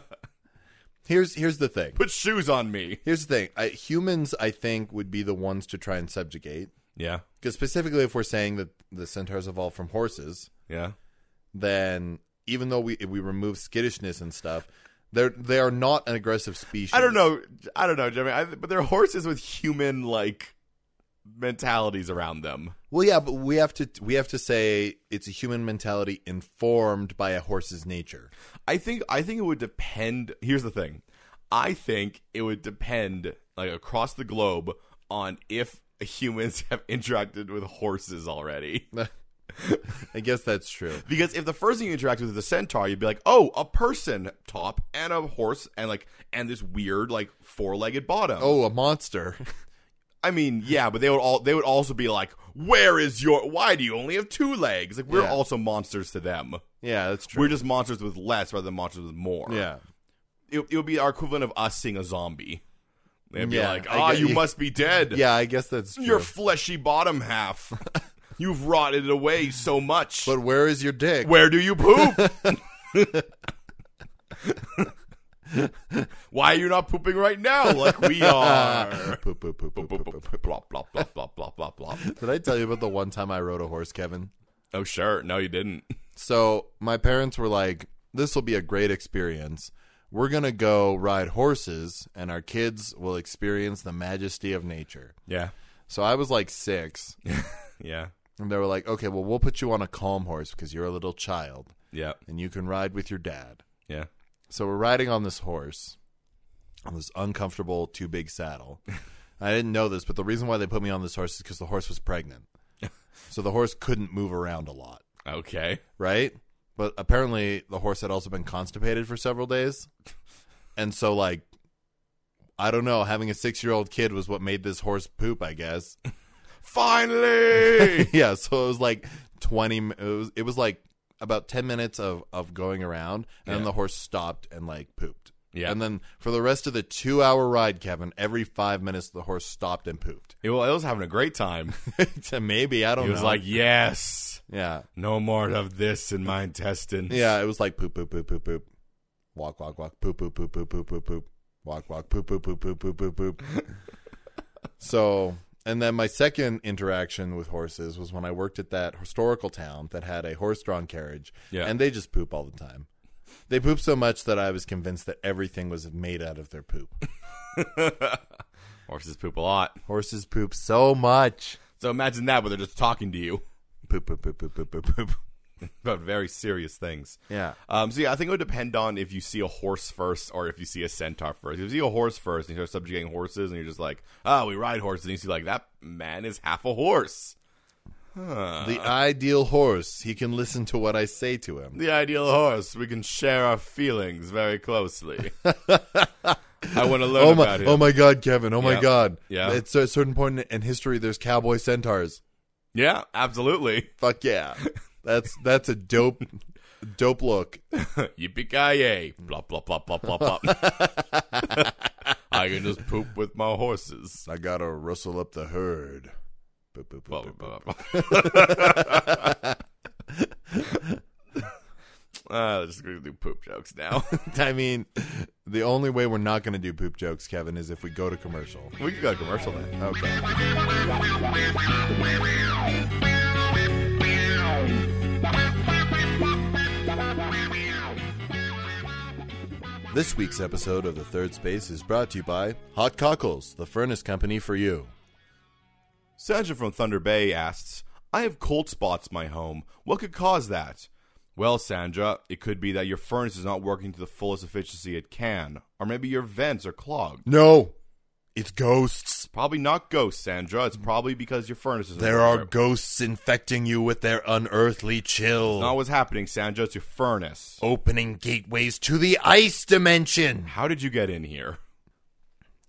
[SPEAKER 1] here's here's the thing.
[SPEAKER 2] Put shoes on me.
[SPEAKER 1] Here's the thing. I, humans, I think, would be the ones to try and subjugate.
[SPEAKER 2] Yeah.
[SPEAKER 1] Because specifically, if we're saying that the centaurs evolved from horses,
[SPEAKER 2] Yeah.
[SPEAKER 1] then even though we if we remove skittishness and stuff, they're they are not an aggressive species.
[SPEAKER 2] I don't know. I don't know, Jimmy. I, but they're horses with human like mentalities around them.
[SPEAKER 1] Well, yeah, but we have to we have to say it's a human mentality informed by a horse's nature.
[SPEAKER 2] I think. I think it would depend. Here's the thing. I think it would depend like across the globe on if humans have interacted with horses already.
[SPEAKER 1] I guess that's true.
[SPEAKER 2] Because if the first thing you interact with is a centaur, you'd be like, "Oh, a person top and a horse and like and this weird like four-legged bottom."
[SPEAKER 1] Oh, a monster.
[SPEAKER 2] I mean, yeah, but they would all they would also be like, "Where is your? Why do you only have two legs?" Like we're
[SPEAKER 1] Yeah.
[SPEAKER 2] also monsters to them.
[SPEAKER 1] yeah, that's true.
[SPEAKER 2] We're just monsters with less rather than monsters with more.
[SPEAKER 1] yeah.
[SPEAKER 2] it, it would be our equivalent of us seeing a zombie. They'd be
[SPEAKER 1] Yeah,
[SPEAKER 2] like,
[SPEAKER 1] I
[SPEAKER 2] "Ah,
[SPEAKER 1] get-
[SPEAKER 2] you
[SPEAKER 1] you-
[SPEAKER 2] must be dead.
[SPEAKER 1] Yeah, I guess that's true.
[SPEAKER 2] your fleshy bottom half, you've rotted away so much.
[SPEAKER 1] but where is your dick?
[SPEAKER 2] Where do you poop? Why are you not pooping right now like we are?
[SPEAKER 1] Poop, poop, poop, poop, poop, poop.
[SPEAKER 2] Blop, blop, blop, blop, blop, blop, blop.
[SPEAKER 1] Did I tell you about the one time I rode a horse, Kevin?
[SPEAKER 2] Oh, sure. No, you didn't.
[SPEAKER 1] So my parents were like, "This will be a great experience. We're gonna go ride horses, and our kids will experience the majesty of nature."
[SPEAKER 2] Yeah.
[SPEAKER 1] So I was like six,
[SPEAKER 2] Yeah.
[SPEAKER 1] and they were like, "Okay, well, we'll put you on a calm horse because you're a little child,
[SPEAKER 2] Yeah.
[SPEAKER 1] and you can ride with your dad."
[SPEAKER 2] Yeah.
[SPEAKER 1] So we're riding on this horse on this uncomfortable, too big saddle. I didn't know this, but the reason why they put me on this horse is because the horse was pregnant. So the horse couldn't move around a lot,
[SPEAKER 2] Okay.
[SPEAKER 1] right? But apparently the horse had also been constipated for several days. And so, like, I don't know, having a six year old kid was what made this horse poop, I guess.
[SPEAKER 2] Finally.
[SPEAKER 1] yeah, so it was like 20, m- it was, it was like about 10 minutes of, of going around, and then
[SPEAKER 2] Yeah.
[SPEAKER 1] the horse stopped and, like, pooped.
[SPEAKER 2] yeah.
[SPEAKER 1] And then for the rest of the two hour ride, Kevin, every five minutes the horse stopped and pooped.
[SPEAKER 2] Yeah, well, I was having a great time. Oh,
[SPEAKER 1] So Maybe I don't
[SPEAKER 2] He
[SPEAKER 1] know.
[SPEAKER 2] was like, "Yes,
[SPEAKER 1] yeah,
[SPEAKER 2] no more of this in my intestines."
[SPEAKER 1] yeah. It was like poop, poop, poop, poop, poop, walk, walk, walk, poop, poop, poop, poop, poop, poop, poop, walk, walk, poop, poop, poop, poop, poop, poop, poop. so, and then my second interaction with horses was when I worked at that historical town that had a horse-drawn carriage,
[SPEAKER 2] Yeah.
[SPEAKER 1] and they just poop all the time. They poop so much that I was convinced that everything was made out of their poop.
[SPEAKER 2] Horses poop a lot.
[SPEAKER 1] Horses poop so much.
[SPEAKER 2] So imagine that, but they're just talking to you
[SPEAKER 1] Poop, poop, poop, poop, poop, poop, poop.
[SPEAKER 2] about very serious things.
[SPEAKER 1] Yeah.
[SPEAKER 2] Um, so yeah, I think it would depend on if you see a horse first or if you see a centaur first. If you see a horse first and you start subjugating horses and you're just like, oh, we ride horses, and you see like that man is half a horse.
[SPEAKER 1] The ideal horse. He can listen to what I say to him.
[SPEAKER 2] The ideal horse. We can share our feelings very closely. I want to learn
[SPEAKER 1] Oh
[SPEAKER 2] about
[SPEAKER 1] my!
[SPEAKER 2] him.
[SPEAKER 1] Oh my God, Kevin! Oh my
[SPEAKER 2] Yeah.
[SPEAKER 1] God!
[SPEAKER 2] Yeah.
[SPEAKER 1] At a certain point in history, there's cowboy centaurs.
[SPEAKER 2] Yeah, absolutely.
[SPEAKER 1] Fuck yeah! That's that's a dope, dope look.
[SPEAKER 2] Yippee ki yay! Blop blop blop blop blop blop. I can just poop with my horses.
[SPEAKER 1] I gotta rustle up the herd. Boop, boop, boop,
[SPEAKER 2] Blop,
[SPEAKER 1] boop,
[SPEAKER 2] blop, blop, blop. Uh, just gonna do poop jokes now.
[SPEAKER 1] I mean, the only way we're not going to do poop jokes, Kevin, is if we go to commercial.
[SPEAKER 2] we could go to commercial then.
[SPEAKER 1] Okay. This week's episode of The Third Space is brought to you by Hot Cockles, the furnace company for you.
[SPEAKER 2] Sandra from Thunder Bay asks, I have cold spots in my home. What could cause that? Well, Sandra, it could be that your furnace is not working to the fullest efficiency it can, or maybe your vents are clogged.
[SPEAKER 1] No, it's ghosts.
[SPEAKER 2] Probably not ghosts, Sandra. It's probably because your furnace is
[SPEAKER 1] There are ghosts infecting you with their unearthly chill,
[SPEAKER 2] not what's happening, Sandra. It's your furnace.
[SPEAKER 1] opening gateways to the ice dimension.
[SPEAKER 2] How did you get in here?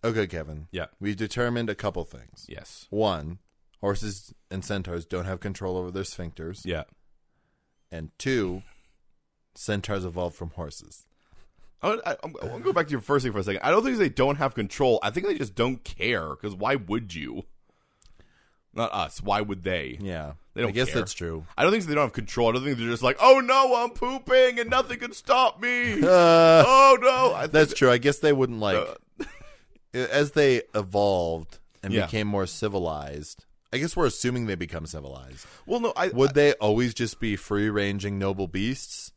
[SPEAKER 1] Okay, Kevin.
[SPEAKER 2] Yeah.
[SPEAKER 1] We've determined a couple things.
[SPEAKER 2] Yes.
[SPEAKER 1] One, horses and centaurs don't have control over their sphincters.
[SPEAKER 2] Yeah.
[SPEAKER 1] And two, centaurs evolved from horses.
[SPEAKER 2] I, I, I'm- I want to go back to your first thing for a second. I don't think they don't have control. I think they just don't care. Because why would you? Not us. Why would they?
[SPEAKER 1] Yeah.
[SPEAKER 2] They don't
[SPEAKER 1] I guess
[SPEAKER 2] care.
[SPEAKER 1] that's true.
[SPEAKER 2] I don't think they don't have control. I don't think they're just like, oh no, I'm pooping and nothing can stop me.
[SPEAKER 1] Uh,
[SPEAKER 2] oh no, I
[SPEAKER 1] that's true. I guess they wouldn't like
[SPEAKER 2] Uh,
[SPEAKER 1] as they evolved and
[SPEAKER 2] Yeah.
[SPEAKER 1] became more civilized. I guess we're assuming they become civilized.
[SPEAKER 2] well, no, I
[SPEAKER 1] Would they always just be free ranging noble beasts?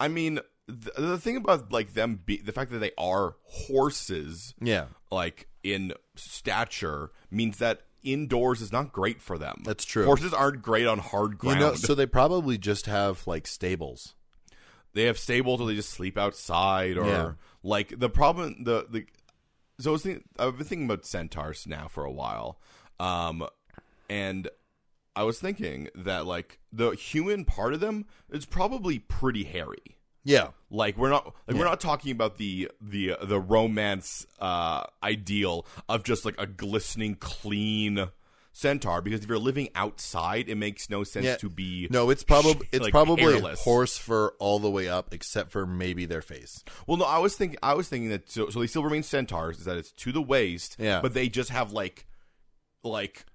[SPEAKER 2] I mean, the, the thing about like them, be- the fact that they are horses,
[SPEAKER 1] Yeah,
[SPEAKER 2] like in stature, means that indoors is not great for them.
[SPEAKER 1] That's true.
[SPEAKER 2] Horses aren't great on hard ground.
[SPEAKER 1] you know. So they probably just have like stables.
[SPEAKER 2] they have stables or they just sleep outside or
[SPEAKER 1] Yeah.
[SPEAKER 2] like the problem the the so I was thinking, I've been thinking about centaurs now for a while um and I was thinking that like the human part of them is probably pretty hairy
[SPEAKER 1] Yeah,
[SPEAKER 2] like we're not like we're not talking about the the the romance uh ideal of just like a glistening clean centaur because if you're living outside it makes no sense
[SPEAKER 1] Yeah.
[SPEAKER 2] to be
[SPEAKER 1] no, it's probably
[SPEAKER 2] sh-
[SPEAKER 1] it's
[SPEAKER 2] like,
[SPEAKER 1] probably
[SPEAKER 2] hairless.
[SPEAKER 1] horse fur all the way up, except for maybe their face.
[SPEAKER 2] Well, no, I was thinking. I was thinking that so, so they still remain centaurs. Is that it's to the waist?
[SPEAKER 1] Yeah.
[SPEAKER 2] But they just have like, like,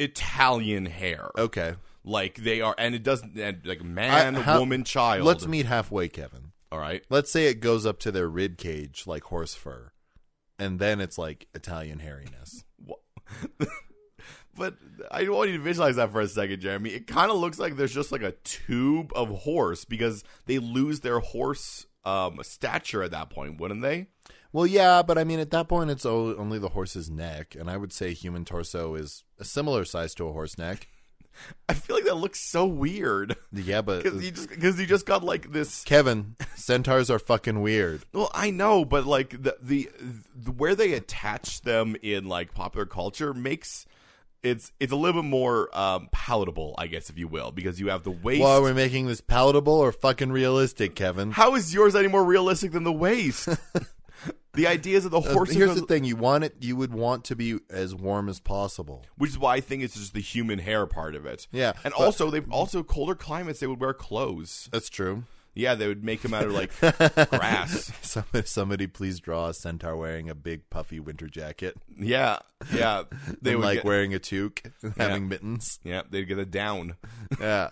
[SPEAKER 2] Italian hair.
[SPEAKER 1] Okay,
[SPEAKER 2] Like they are, and it doesn't and like man,
[SPEAKER 1] I- how-
[SPEAKER 2] woman, child.
[SPEAKER 1] let's meet halfway, Kevin.
[SPEAKER 2] All right.
[SPEAKER 1] Let's say it goes up to their rib cage like horse fur, and then it's like Italian hairiness.
[SPEAKER 2] But I want you to visualize that for a second, Jeremy. It kind of looks like there's just like a tube of horse because they lose their horse um stature at that point, wouldn't they?
[SPEAKER 1] Well, yeah, but I mean, at that point, it's o- only the horse's neck, and I would say human torso is a similar size to a horse neck.
[SPEAKER 2] I feel like that looks so weird
[SPEAKER 1] Yeah, but
[SPEAKER 2] because you just because you just got like this
[SPEAKER 1] Kevin, centaurs are fucking weird.
[SPEAKER 2] Well, I know, but like the, the the where they attach them in like popular culture makes it's it's a little bit more um, palatable, I guess, if you will, because you have the waist.
[SPEAKER 1] Well, are we making this palatable or fucking realistic, Kevin?
[SPEAKER 2] How is yours any more realistic than the waist? the idea is that the
[SPEAKER 1] Uh,
[SPEAKER 2] horses,
[SPEAKER 1] Here's
[SPEAKER 2] are-
[SPEAKER 1] the thing: you want it, you would want to be as warm as possible.
[SPEAKER 2] which is why I think it's just the human hair part of it.
[SPEAKER 1] Yeah,
[SPEAKER 2] and
[SPEAKER 1] but-
[SPEAKER 2] also they also colder climates they would wear clothes.
[SPEAKER 1] That's true.
[SPEAKER 2] Yeah, they would make them out of like grass.
[SPEAKER 1] Somebody, somebody, please draw a centaur wearing a big puffy winter jacket,
[SPEAKER 2] Yeah, yeah, they
[SPEAKER 1] and
[SPEAKER 2] would
[SPEAKER 1] like
[SPEAKER 2] get,
[SPEAKER 1] wearing a toque, and having mittens.
[SPEAKER 2] yeah they'd get a down.
[SPEAKER 1] Yeah,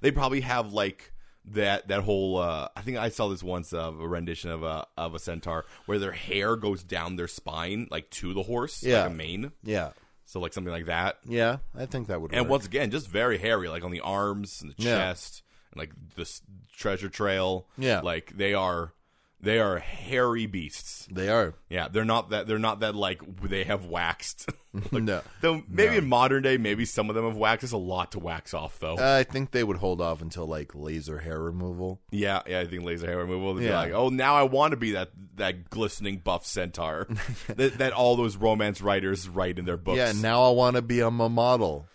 [SPEAKER 2] they probably have like that that whole uh i think i saw this once of a rendition of a of a centaur where their hair goes down their spine like to the horse
[SPEAKER 1] Yeah.
[SPEAKER 2] like a mane
[SPEAKER 1] yeah,
[SPEAKER 2] so like something like that
[SPEAKER 1] yeah. I think that would.
[SPEAKER 2] and
[SPEAKER 1] work.
[SPEAKER 2] once again just very hairy like on the arms and the
[SPEAKER 1] Yeah.
[SPEAKER 2] chest and like this treasure trail
[SPEAKER 1] Yeah.
[SPEAKER 2] like they are they are hairy beasts
[SPEAKER 1] they are?
[SPEAKER 2] yeah they're not that they're not that like they have waxed
[SPEAKER 1] no,
[SPEAKER 2] though maybe in modern day maybe some of them have waxed it's a lot to wax off though
[SPEAKER 1] I think they would hold off until like laser hair removal. Yeah,
[SPEAKER 2] Yeah, I think laser hair removal. They'd be
[SPEAKER 1] Yeah.
[SPEAKER 2] like, oh, now I want to be that that glistening buff centaur that, that all those romance writers write in their books.
[SPEAKER 1] yeah. Now I want to be a m- model.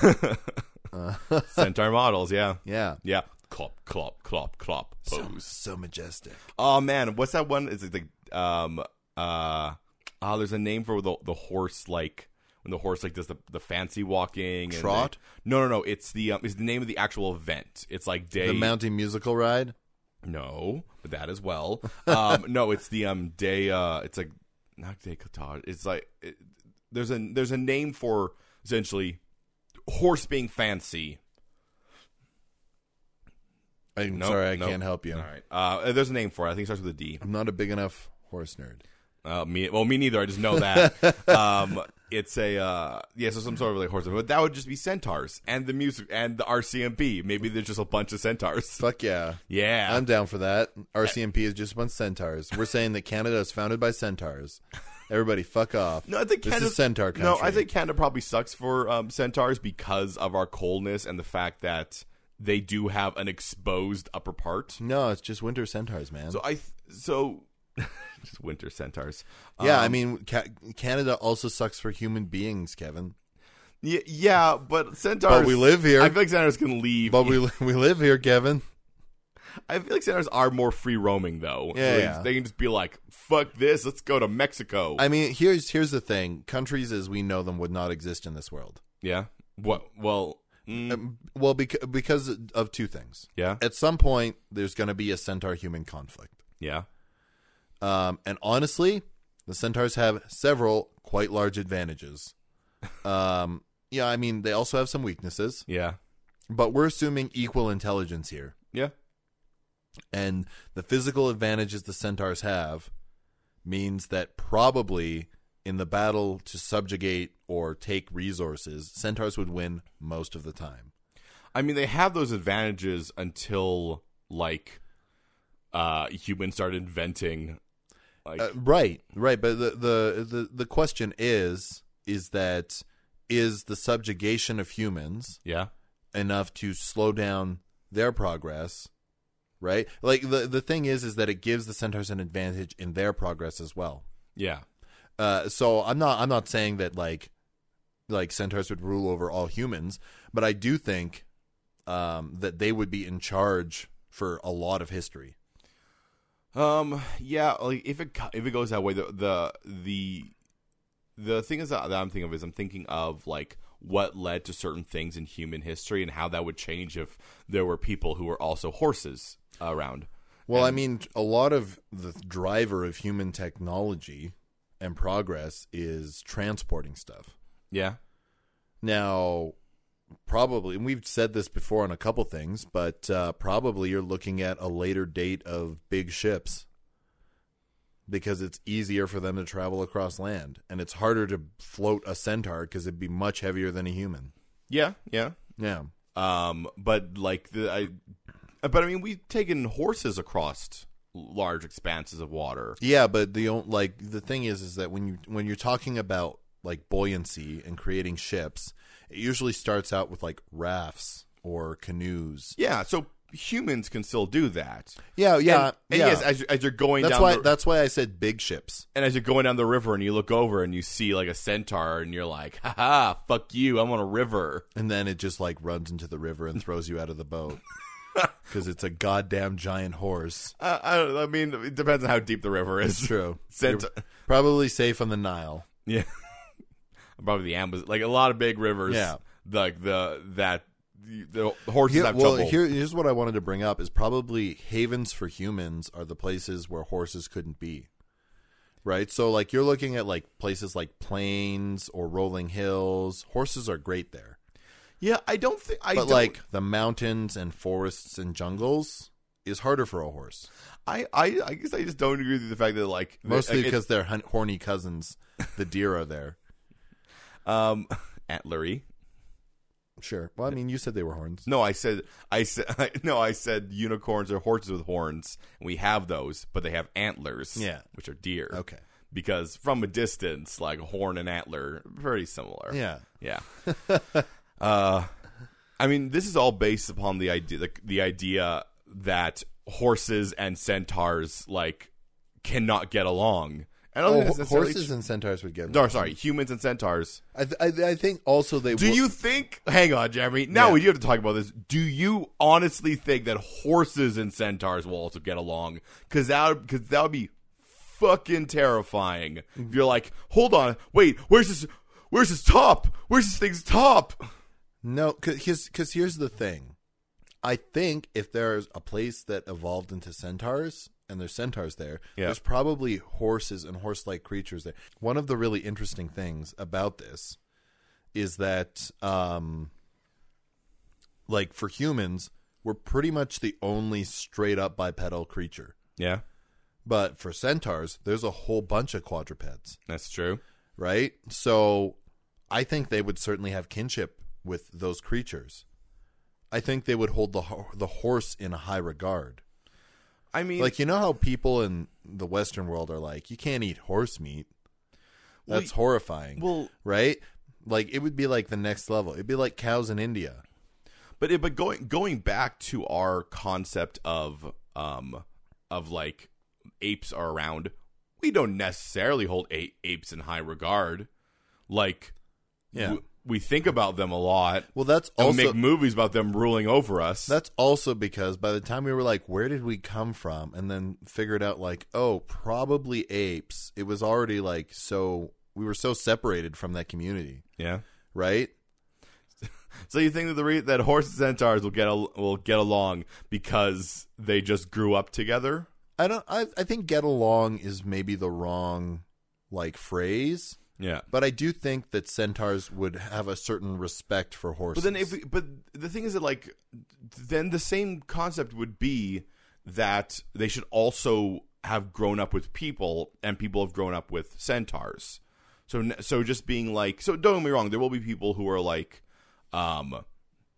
[SPEAKER 2] centaur models. Yeah,
[SPEAKER 1] Yeah,
[SPEAKER 2] yeah. Clop, clop, clop, clop. Pose.
[SPEAKER 1] so majestic.
[SPEAKER 2] Oh man, what's that one? Is it the um uh oh, there's a name for the the horse like when the horse like does the, the fancy walking and
[SPEAKER 1] Trot?
[SPEAKER 2] they- no, no, no. It's the um, it's the name of the actual event. It's like day.
[SPEAKER 1] The Mountie musical ride.
[SPEAKER 2] No, but that as well. Um, no, it's the um day. Uh, it's like not day cottage. It's like it, there's a there's a name for essentially horse being fancy.
[SPEAKER 1] I'm
[SPEAKER 2] Nope,
[SPEAKER 1] sorry, I
[SPEAKER 2] nope.
[SPEAKER 1] can't help you.
[SPEAKER 2] All right. Uh, there's a name for it. I think it starts with a D.
[SPEAKER 1] I'm not a big enough horse nerd.
[SPEAKER 2] Uh, me, well, me neither. I just know that. um, it's a uh, yeah, so some sort of like horse, but that would just be centaurs and the music and the RCMP. Maybe there's just a bunch of centaurs.
[SPEAKER 1] Fuck yeah.
[SPEAKER 2] Yeah,
[SPEAKER 1] I'm down for that. RCMP is just a bunch of centaurs. We're saying that Canada is founded by centaurs. Everybody, fuck off.
[SPEAKER 2] no, I think
[SPEAKER 1] This is
[SPEAKER 2] Canada,
[SPEAKER 1] centaur
[SPEAKER 2] No, I
[SPEAKER 1] country.
[SPEAKER 2] think Canada probably sucks for um, centaurs because of our coldness and the fact that they do have an exposed upper part.
[SPEAKER 1] No, it's just winter centaurs, man.
[SPEAKER 2] So I th- so just winter centaurs. Uh,
[SPEAKER 1] yeah, I mean, ca- Canada also sucks for human beings, Kevin.
[SPEAKER 2] Y- yeah, but centaurs.
[SPEAKER 1] But we live here.
[SPEAKER 2] I feel like centaurs can leave.
[SPEAKER 1] but we we live here, Kevin.
[SPEAKER 2] I feel like centaurs are more free roaming though.
[SPEAKER 1] Yeah,
[SPEAKER 2] So they,
[SPEAKER 1] yeah.
[SPEAKER 2] they can just be like, "Fuck this, let's go to Mexico."
[SPEAKER 1] I mean, here's here's the thing: countries as we know them would not exist in this world.
[SPEAKER 2] yeah. What? Well. mm,
[SPEAKER 1] Um, Well, because because of two things.
[SPEAKER 2] yeah.
[SPEAKER 1] At some point, there's going to be a centaur human conflict,
[SPEAKER 2] Yeah.
[SPEAKER 1] um, and honestly, the centaurs have several quite large advantages. Um, yeah, I mean, they also have some weaknesses,
[SPEAKER 2] Yeah.
[SPEAKER 1] but we're assuming equal intelligence here.
[SPEAKER 2] Yeah.
[SPEAKER 1] and the physical advantages the centaurs have means that probably in the battle to subjugate or take resources centaurs would win most of the time
[SPEAKER 2] I mean, they have those advantages until like uh humans start inventing like
[SPEAKER 1] uh, right right but the, the the the question is is that is the subjugation of humans
[SPEAKER 2] yeah.
[SPEAKER 1] enough to slow down their progress right like the the thing is is that it gives the centaurs an advantage in their progress as well
[SPEAKER 2] Yeah.
[SPEAKER 1] Uh, so I'm not I'm not saying that like like centaurs would rule over all humans, but I do think um, that they would be in charge for a lot of history.
[SPEAKER 2] Um. Yeah. Like if it co- if it goes that way, the the the the thing is that, that I'm thinking of is I'm thinking of like what led to certain things in human history and how that would change if there were people who were also horses around.
[SPEAKER 1] Well, I mean, a lot of the driver of human technology and progress is transporting stuff.
[SPEAKER 2] Yeah.
[SPEAKER 1] Now, probably, and we've said this before on a couple things, but uh, probably you're looking at a later date of big ships because it's easier for them to travel across land and it's harder to float a centaur because it'd be much heavier than a human.
[SPEAKER 2] Yeah. Yeah.
[SPEAKER 1] Yeah.
[SPEAKER 2] Um. But like the I, but I mean we've taken horses across large expanses of water.
[SPEAKER 1] Yeah, but the on- like the thing is is that when you when you're talking about like buoyancy and creating ships, it usually starts out with like rafts or canoes.
[SPEAKER 2] Yeah. So humans can still do that.
[SPEAKER 1] Yeah, yeah,
[SPEAKER 2] And, and
[SPEAKER 1] yeah.
[SPEAKER 2] yes, as, you- as you're going
[SPEAKER 1] that's
[SPEAKER 2] down
[SPEAKER 1] why
[SPEAKER 2] the-
[SPEAKER 1] that's why I said big ships.
[SPEAKER 2] And as you're going down the river and you look over and you see like a centaur and you're like, ha ha, fuck you, I'm on a river.
[SPEAKER 1] and then it just like runs into the river and throws you out of the boat because it's a goddamn giant horse.
[SPEAKER 2] Uh, I, don't, I mean, it depends on how deep the river
[SPEAKER 1] It's
[SPEAKER 2] is.
[SPEAKER 1] true.
[SPEAKER 2] Cent-
[SPEAKER 1] Probably safe on the Nile.
[SPEAKER 2] yeah. Probably the Amazon. Like a lot of big rivers.
[SPEAKER 1] Yeah.
[SPEAKER 2] Like the, that, the, the horses
[SPEAKER 1] Here-
[SPEAKER 2] have
[SPEAKER 1] well,
[SPEAKER 2] trouble.
[SPEAKER 1] here, here's what I wanted to bring up: is probably havens for humans are the places where horses couldn't be. Right, so like you're looking at like places like plains or rolling hills. Horses are great there,
[SPEAKER 2] yeah, I don't think, I
[SPEAKER 1] but
[SPEAKER 2] don't-
[SPEAKER 1] like the mountains and forests and jungles is harder for a horse.
[SPEAKER 2] I, I, I guess I just don't agree with the fact that like, that-
[SPEAKER 1] Mostly
[SPEAKER 2] like, it-
[SPEAKER 1] because their hun- horny cousins, the deer, are there.
[SPEAKER 2] um, antlery.
[SPEAKER 1] Sure. Well, I mean, you said they were horns.
[SPEAKER 2] No, I said, I said, no, I said unicorns are horses with horns. We have those, but they have antlers.
[SPEAKER 1] Yeah.
[SPEAKER 2] Which are deer.
[SPEAKER 1] Okay.
[SPEAKER 2] because from a distance, like horn and antler, very similar.
[SPEAKER 1] Yeah.
[SPEAKER 2] yeah. uh, I mean, this is all based upon the idea the, the idea that horses and centaurs like cannot get along. And I don't
[SPEAKER 1] Oh,
[SPEAKER 2] think that's
[SPEAKER 1] ho-
[SPEAKER 2] necessarily
[SPEAKER 1] horses
[SPEAKER 2] tr-
[SPEAKER 1] and centaurs would get.
[SPEAKER 2] no, sorry, humans and centaurs.
[SPEAKER 1] I, th- I, th- I think also they.
[SPEAKER 2] Do
[SPEAKER 1] would-
[SPEAKER 2] you think? Hang on, Jeremy. Now
[SPEAKER 1] Yeah.
[SPEAKER 2] we do have to talk about this. Do you honestly think that horses and centaurs will also get along? Because that because that would be fucking terrifying. If you're like, hold on, wait, where's this? Where's his top? Where's this thing's top?
[SPEAKER 1] No, because here's the thing. I think if there's a place that evolved into centaurs and there's centaurs there,
[SPEAKER 2] Yeah.
[SPEAKER 1] there's probably horses and horse like creatures there. One of the really interesting things about this is that, um, like for humans, we're pretty much the only straight up bipedal creature.
[SPEAKER 2] Yeah,
[SPEAKER 1] But for centaurs, there's a whole bunch of quadrupeds,
[SPEAKER 2] that's true.
[SPEAKER 1] right? So I think they would certainly have kinship with those creatures. I think they would hold the ho- the horse in high regard.
[SPEAKER 2] I mean,
[SPEAKER 1] Like you know how people in the Western world are like, you can't eat horse meat.
[SPEAKER 2] Well,
[SPEAKER 1] That's horrifying,
[SPEAKER 2] well,
[SPEAKER 1] right? Like it would be like the next level. It'd be like cows in India.
[SPEAKER 2] but it, but going going back to our concept of um of like apes are around, we don't necessarily hold a- apes in high regard. Like,
[SPEAKER 1] Yeah.
[SPEAKER 2] w- we think about them a lot.
[SPEAKER 1] Well, that's
[SPEAKER 2] And we
[SPEAKER 1] also
[SPEAKER 2] make movies about them ruling over us.
[SPEAKER 1] That's also because by the time we were like, where did we come from? And then figured out, like, oh, probably apes. It was already like so, we were so separated from that community,
[SPEAKER 2] yeah.
[SPEAKER 1] right?
[SPEAKER 2] So you think that the re- that horses and centaurs will get al- will get along because they just grew up together?
[SPEAKER 1] I don't, I, I think get along is maybe the wrong like phrase,
[SPEAKER 2] Yeah.
[SPEAKER 1] but I do think that centaurs would have a certain respect for horses.
[SPEAKER 2] But then if we, but the thing is that like then the same concept would be that they should also have grown up with people and people have grown up with centaurs. So n- so just being like so don't get me wrong there will be people who are like um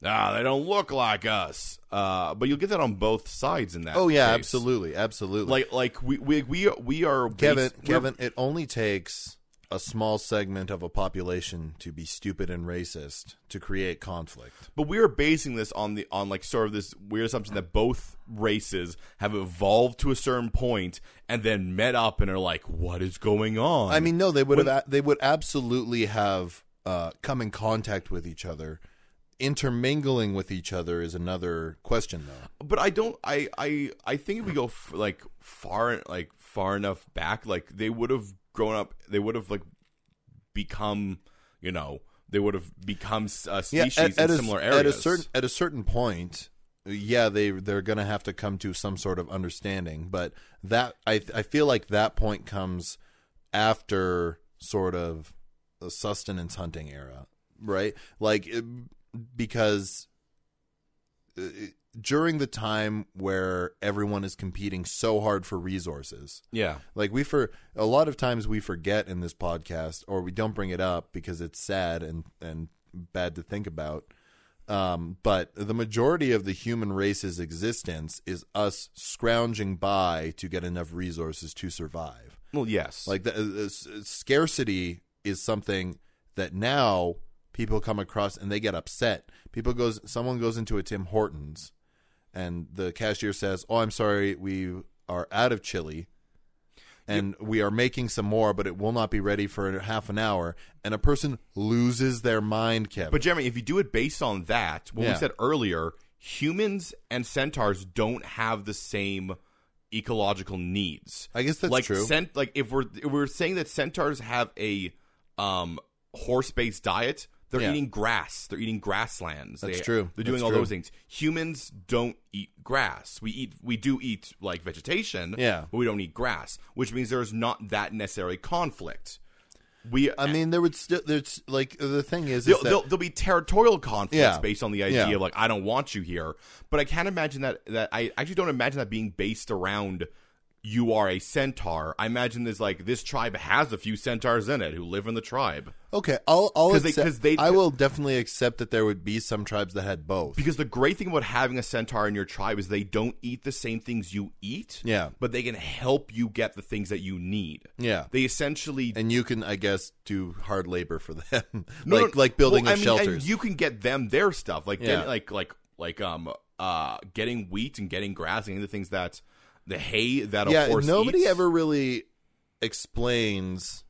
[SPEAKER 2] ah they don't look like us. Uh but you'll get that on both sides in that.
[SPEAKER 1] oh, yeah,
[SPEAKER 2] case.
[SPEAKER 1] absolutely. Absolutely.
[SPEAKER 2] Like like we we we are, we are
[SPEAKER 1] Kevin,
[SPEAKER 2] bas- we're-
[SPEAKER 1] Kevin, it only takes a small segment of a population to be stupid and racist to create conflict.
[SPEAKER 2] but we are basing this on the on like sort of this weird assumption that both races have evolved to a certain point and then met up and are like, what is going on?
[SPEAKER 1] I mean, no, they would have. They would absolutely have uh, come in contact with each other. Intermingling with each other is another question, though.
[SPEAKER 2] but I don't. I I I think if we go f- like far like far enough back, like they would have grown up. They would have like become, you know, they would have become s- a uh, species in
[SPEAKER 1] a,
[SPEAKER 2] similar areas.
[SPEAKER 1] At a certain at a certain point, yeah, they they're gonna have to come to some sort of understanding. But that I I feel like that point comes after sort of the sustenance hunting era, right? Like it- because uh, during the time where everyone is competing so hard for resources
[SPEAKER 2] yeah.
[SPEAKER 1] like we for a lot of times we forget in this podcast or we don't bring it up because it's sad and and bad to think about um, but the majority of the human race's existence is us scrounging by to get enough resources to survive
[SPEAKER 2] Well, yes.
[SPEAKER 1] like the, uh, uh, s- scarcity is something that now people come across and they get upset. People goes someone goes into a Tim Hortons and the cashier says, "Oh, I'm sorry, we are out of chili." And we are making some more, but it will not be ready for half an hour. And a person loses their mind, Kevin.
[SPEAKER 2] But Jeremy, if you do it based on that, what
[SPEAKER 1] Yeah.
[SPEAKER 2] we said earlier, humans and centaurs don't have the same ecological needs.
[SPEAKER 1] I guess that's
[SPEAKER 2] like
[SPEAKER 1] true.
[SPEAKER 2] Cent- like if we're if we're saying that centaurs have a um horse based diet, they're
[SPEAKER 1] Yeah.
[SPEAKER 2] eating grass. They're eating grasslands.
[SPEAKER 1] That's
[SPEAKER 2] They-
[SPEAKER 1] true.
[SPEAKER 2] They're doing
[SPEAKER 1] That's
[SPEAKER 2] all
[SPEAKER 1] true.
[SPEAKER 2] those things. Humans don't eat grass. We eat we do eat like vegetation.
[SPEAKER 1] Yeah.
[SPEAKER 2] But we don't eat grass, which means there's not that necessary conflict. We
[SPEAKER 1] I mean, there would still there's like the thing is, is
[SPEAKER 2] There'll,
[SPEAKER 1] that-
[SPEAKER 2] there'll, there'll be territorial conflicts
[SPEAKER 1] Yeah.
[SPEAKER 2] based on the idea
[SPEAKER 1] Yeah.
[SPEAKER 2] of like I don't want you here, but I can't imagine that that I actually don't imagine that being based around you are a centaur. I imagine there's like this tribe has a few centaurs in it who live in the tribe
[SPEAKER 1] okay, I'll, I'll
[SPEAKER 2] 'Cause they-
[SPEAKER 1] accept-
[SPEAKER 2] 'cause they-
[SPEAKER 1] I will definitely accept that there would be some tribes that had both.
[SPEAKER 2] because the great thing about having a centaur in your tribe is they don't eat the same things you eat,
[SPEAKER 1] Yeah.
[SPEAKER 2] but they can help you get the things that you need.
[SPEAKER 1] yeah,
[SPEAKER 2] They essentially
[SPEAKER 1] and you can, I guess, do hard labor for them,
[SPEAKER 2] No,
[SPEAKER 1] like
[SPEAKER 2] no,
[SPEAKER 1] like building
[SPEAKER 2] well,
[SPEAKER 1] up
[SPEAKER 2] I mean, and
[SPEAKER 1] shelters.
[SPEAKER 2] you can get them their stuff, like
[SPEAKER 1] Yeah.
[SPEAKER 2] getting, like like like um uh getting wheat and getting grass and the things that the hay that a
[SPEAKER 1] yeah,
[SPEAKER 2] horse
[SPEAKER 1] nobody
[SPEAKER 2] eats.
[SPEAKER 1] ever really explains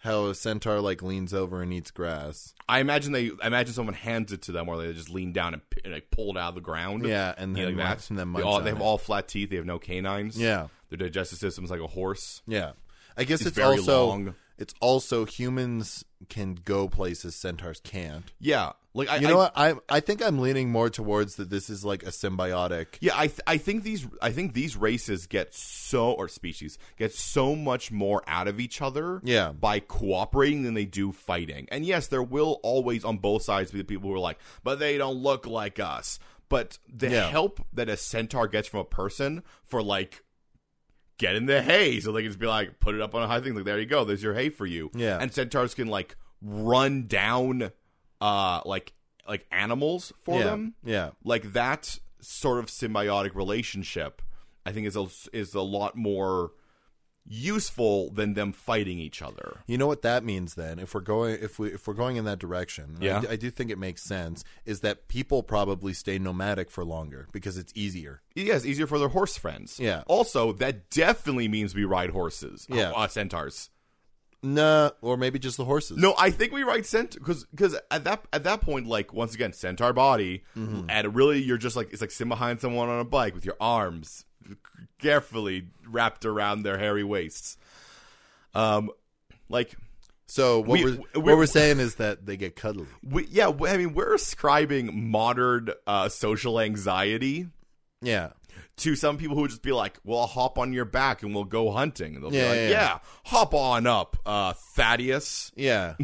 [SPEAKER 1] how a centaur like leans over and eats grass.
[SPEAKER 2] I imagine they I imagine someone hands it to them, or they just lean down and, p- and like pull it out of the ground.
[SPEAKER 1] Yeah, and
[SPEAKER 2] You know,
[SPEAKER 1] then
[SPEAKER 2] like
[SPEAKER 1] that's
[SPEAKER 2] that.
[SPEAKER 1] and then
[SPEAKER 2] they,
[SPEAKER 1] munch
[SPEAKER 2] all,
[SPEAKER 1] on
[SPEAKER 2] they have
[SPEAKER 1] it.
[SPEAKER 2] all flat teeth. They have no canines.
[SPEAKER 1] yeah,
[SPEAKER 2] their digestive system's like a horse.
[SPEAKER 1] yeah. I guess
[SPEAKER 2] It's
[SPEAKER 1] it's,
[SPEAKER 2] very
[SPEAKER 1] also
[SPEAKER 2] long.
[SPEAKER 1] it's also humans can go places centaurs can't.
[SPEAKER 2] Yeah, like I
[SPEAKER 1] You
[SPEAKER 2] I,
[SPEAKER 1] know what? I I think I'm leaning more towards that. This is like a symbiotic.
[SPEAKER 2] Yeah, I th- I think these I think these races get so or species get so much more out of each other
[SPEAKER 1] Yeah.
[SPEAKER 2] by cooperating than they do fighting. And yes, there will always on both sides be the people who are like, but they don't look like us. but the
[SPEAKER 1] Yeah.
[SPEAKER 2] help that a centaur gets from a person for like get in the hay so they can just be like put it up on a high thing like there you go there's your hay for you
[SPEAKER 1] Yeah.
[SPEAKER 2] and centaurs can like run down uh like like animals for
[SPEAKER 1] yeah.
[SPEAKER 2] them
[SPEAKER 1] Yeah.
[SPEAKER 2] like that sort of symbiotic relationship i think is a, is a lot more useful than them fighting each other
[SPEAKER 1] You know what that means then? If we're going if we if we're going in that direction, and I
[SPEAKER 2] Yeah.
[SPEAKER 1] d- I, do think it makes sense is that people probably stay nomadic for longer because it's easier.
[SPEAKER 2] yeah it's easier for their horse friends
[SPEAKER 1] Yeah.
[SPEAKER 2] also that definitely means we ride horses
[SPEAKER 1] Yeah.
[SPEAKER 2] uh, centaurs
[SPEAKER 1] Nah, or maybe just the horses.
[SPEAKER 2] no i think we ride cent because because at that at that point like once again centaur body
[SPEAKER 1] Mm-hmm.
[SPEAKER 2] and really you're just like it's like sitting behind someone on a bike with your arms carefully wrapped around their hairy waists um like
[SPEAKER 1] So what
[SPEAKER 2] We-
[SPEAKER 1] we, are
[SPEAKER 2] we-
[SPEAKER 1] what we're saying is that they get cuddly.
[SPEAKER 2] We, yeah, we- I mean, we're ascribing modern uh, social anxiety
[SPEAKER 1] Yeah.
[SPEAKER 2] to some people who would just be like, "Well, I'll hop on your back and we'll go hunting." And they'll
[SPEAKER 1] Yeah,
[SPEAKER 2] be like,
[SPEAKER 1] yeah,
[SPEAKER 2] yeah,
[SPEAKER 1] yeah.
[SPEAKER 2] hop on up, uh, Thaddeus."
[SPEAKER 1] Yeah.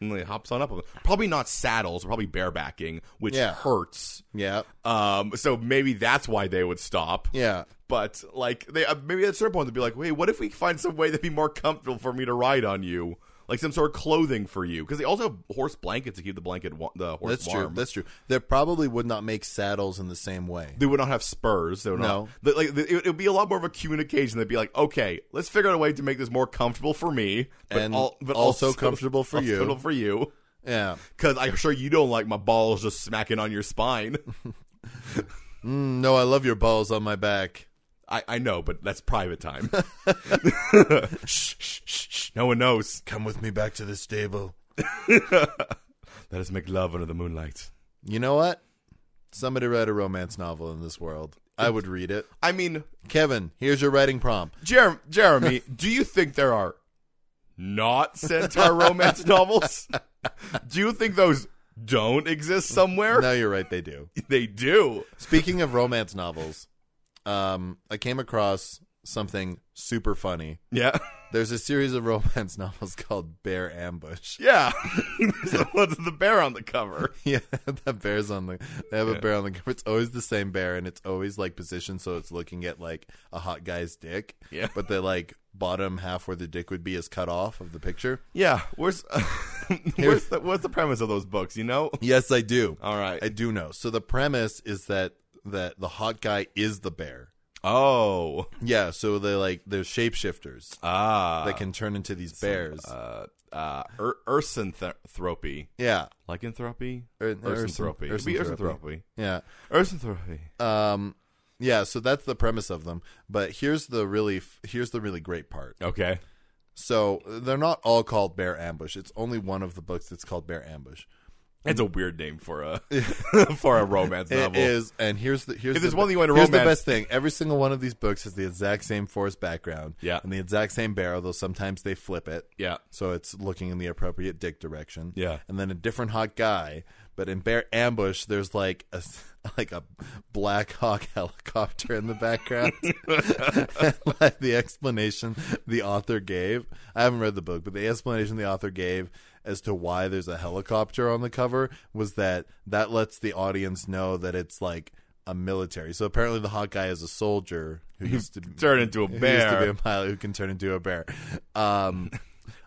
[SPEAKER 2] And he hops on up. Probably not saddles, probably barebacking, which
[SPEAKER 1] Yeah.
[SPEAKER 2] hurts.
[SPEAKER 1] Yeah.
[SPEAKER 2] Um, so maybe that's why they would stop.
[SPEAKER 1] Yeah.
[SPEAKER 2] But like, they uh, maybe at a certain point they'd be like, "Wait, what if we find some way that'd be more comfortable for me to ride on you?" Like some sort of clothing for you, because they also have horse blankets to keep the blanket, wa- the horse
[SPEAKER 1] That's
[SPEAKER 2] warm.
[SPEAKER 1] true. That's true. They probably would not make saddles in the same way.
[SPEAKER 2] they would not have spurs. They would
[SPEAKER 1] No.
[SPEAKER 2] not. the- like the, it would be a lot more of a communication. They'd be like, okay, let's figure out a way to make this more comfortable for me, but
[SPEAKER 1] And
[SPEAKER 2] al- but
[SPEAKER 1] also comfortable for you.
[SPEAKER 2] comfortable for you,
[SPEAKER 1] Yeah.
[SPEAKER 2] because I'm sure you don't like my balls just smacking on your spine.
[SPEAKER 1] Mm, no, I love your balls on my back.
[SPEAKER 2] I, I know, but that's private time. shh, shh, shh, shh. No one knows.
[SPEAKER 1] Come with me back to the stable.
[SPEAKER 2] Let us make love under the moonlight.
[SPEAKER 1] You know what? Somebody write a romance novel in this world. I would read it.
[SPEAKER 2] I mean,
[SPEAKER 1] Kevin, here's your writing prompt.
[SPEAKER 2] Jer- Jeremy, do you think there are not centaur romance novels? Do you think those don't exist somewhere?
[SPEAKER 1] No, you're right. They do.
[SPEAKER 2] They do.
[SPEAKER 1] Speaking of romance novels, um, I came across something super funny.
[SPEAKER 2] Yeah.
[SPEAKER 1] There's a series of romance novels called Bear Ambush.
[SPEAKER 2] Yeah. so what's the bear on the cover?
[SPEAKER 1] Yeah, the bear's on the. They have a bear on the cover. It's always the same bear, and it's always like positioned so it's looking at like a hot guy's dick.
[SPEAKER 2] Yeah.
[SPEAKER 1] but the like bottom half where the dick would be is cut off of the picture.
[SPEAKER 2] Yeah. Where's where's the, what's the premise of those books, you know?
[SPEAKER 1] Yes, I do.
[SPEAKER 2] All right.
[SPEAKER 1] I do know. So the premise is that that the hot guy is the bear.
[SPEAKER 2] oh.
[SPEAKER 1] Yeah, so they like they're shapeshifters
[SPEAKER 2] Ah.
[SPEAKER 1] that can turn into these bears.
[SPEAKER 2] uh uh er, ursinthropy.
[SPEAKER 1] yeah,
[SPEAKER 2] Lycanthropy?
[SPEAKER 1] Er-
[SPEAKER 2] Ursinthropy. It'd be ursinthropy.
[SPEAKER 1] Yeah.
[SPEAKER 2] Ursinthropy.
[SPEAKER 1] Um yeah, so that's the premise of them. But here's the really f- here's the really great part.
[SPEAKER 2] Okay.
[SPEAKER 1] So they're not all called Bear Ambush. It's only one of the books that's called Bear Ambush.
[SPEAKER 2] It's a weird name for a for a romance
[SPEAKER 1] It
[SPEAKER 2] novel.
[SPEAKER 1] is, and here's the here's
[SPEAKER 2] If there's
[SPEAKER 1] the,
[SPEAKER 2] one thing you want to
[SPEAKER 1] here's the
[SPEAKER 2] romance-
[SPEAKER 1] best thing. Every single one of these books has the exact same forest background,
[SPEAKER 2] Yeah.
[SPEAKER 1] and the exact same bear, although sometimes they flip it,
[SPEAKER 2] Yeah.
[SPEAKER 1] so it's looking in the appropriate dick direction.
[SPEAKER 2] Yeah.
[SPEAKER 1] and then a different hot guy. But in Bear Ambush, there's like a like a Black Hawk helicopter in the background. And, like the explanation the author gave, I haven't read the book, but the explanation the author gave as to why there's a helicopter on the cover was that that lets the audience know that it's like a military. So apparently, the hot guy is a soldier who used to.
[SPEAKER 2] Turn into a
[SPEAKER 1] who used to be
[SPEAKER 2] bear.
[SPEAKER 1] a pilot who can turn into a bear. Um,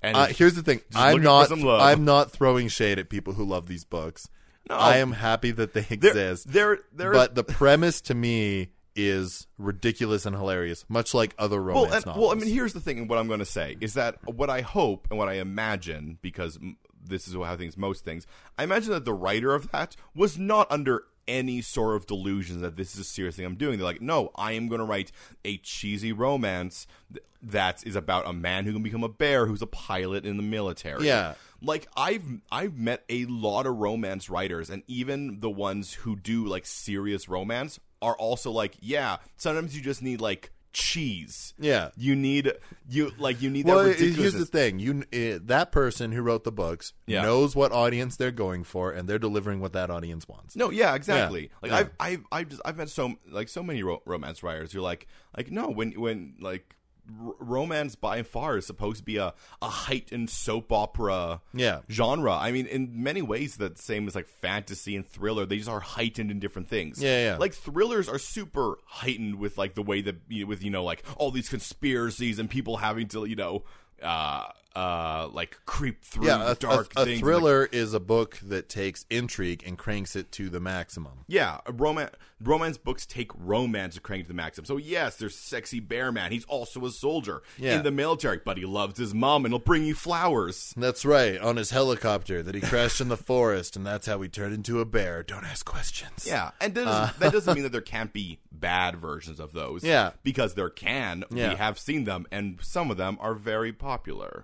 [SPEAKER 2] and
[SPEAKER 1] uh, here's the thing. I'm
[SPEAKER 2] looking for
[SPEAKER 1] not.
[SPEAKER 2] some love.
[SPEAKER 1] I'm not throwing shade at people who love these books.
[SPEAKER 2] No.
[SPEAKER 1] I am happy that they
[SPEAKER 2] there,
[SPEAKER 1] exist.
[SPEAKER 2] there, there is-
[SPEAKER 1] but the premise to me is ridiculous and hilarious, much like other romance
[SPEAKER 2] well, and,
[SPEAKER 1] novels.
[SPEAKER 2] well, I mean, here's the thing. and What I'm going to say is that what I hope and what I imagine, because m- this is how things, most things, I imagine that the writer of that was not under any sort of delusions that this is a serious thing I'm doing. They're like, no, I am going to write a cheesy romance th- that is about a man who can become a bear who's a pilot in the military.
[SPEAKER 1] Yeah.
[SPEAKER 2] Like I've I've met a lot of romance writers and even the ones who do like serious romance are also like, yeah, sometimes you just need like cheese.
[SPEAKER 1] yeah.
[SPEAKER 2] You need you like you need
[SPEAKER 1] Well,
[SPEAKER 2] that
[SPEAKER 1] here's the
[SPEAKER 2] ridiculousness.
[SPEAKER 1] thing. You uh, that person who wrote the books
[SPEAKER 2] Yeah.
[SPEAKER 1] knows what audience they're going for, and they're delivering what that audience wants.
[SPEAKER 2] No, yeah, exactly. Like
[SPEAKER 1] Yeah.
[SPEAKER 2] I've I've I've just I've met so like so many ro- romance writers. You're like like no when when like r- romance by far is supposed to be a, a heightened soap opera
[SPEAKER 1] Yeah.
[SPEAKER 2] genre. I mean, in many ways, that's the same as like fantasy and thriller. They just are heightened in different things.
[SPEAKER 1] Yeah, yeah.
[SPEAKER 2] Like thrillers are super heightened with like the way that you with you know like all these conspiracies and people having to you know uh uh like creep through
[SPEAKER 1] Yeah, a,
[SPEAKER 2] dark
[SPEAKER 1] a, a
[SPEAKER 2] things.
[SPEAKER 1] thriller is a book that takes intrigue and cranks it to the maximum.
[SPEAKER 2] Yeah, romance romance books take romance to crank to the maximum. So yes, there's sexy bear man. He's also a soldier
[SPEAKER 1] Yeah.
[SPEAKER 2] in the military, but he loves his mom and he'll bring you flowers.
[SPEAKER 1] That's right, on his helicopter that he crashed in the forest, and that's how he turned into a bear. Don't ask questions.
[SPEAKER 2] Yeah, and that doesn't, that doesn't mean that there can't be bad versions of those.
[SPEAKER 1] Uh, Yeah.
[SPEAKER 2] because there can.
[SPEAKER 1] Yeah.
[SPEAKER 2] We have seen them, and some of them are very popular.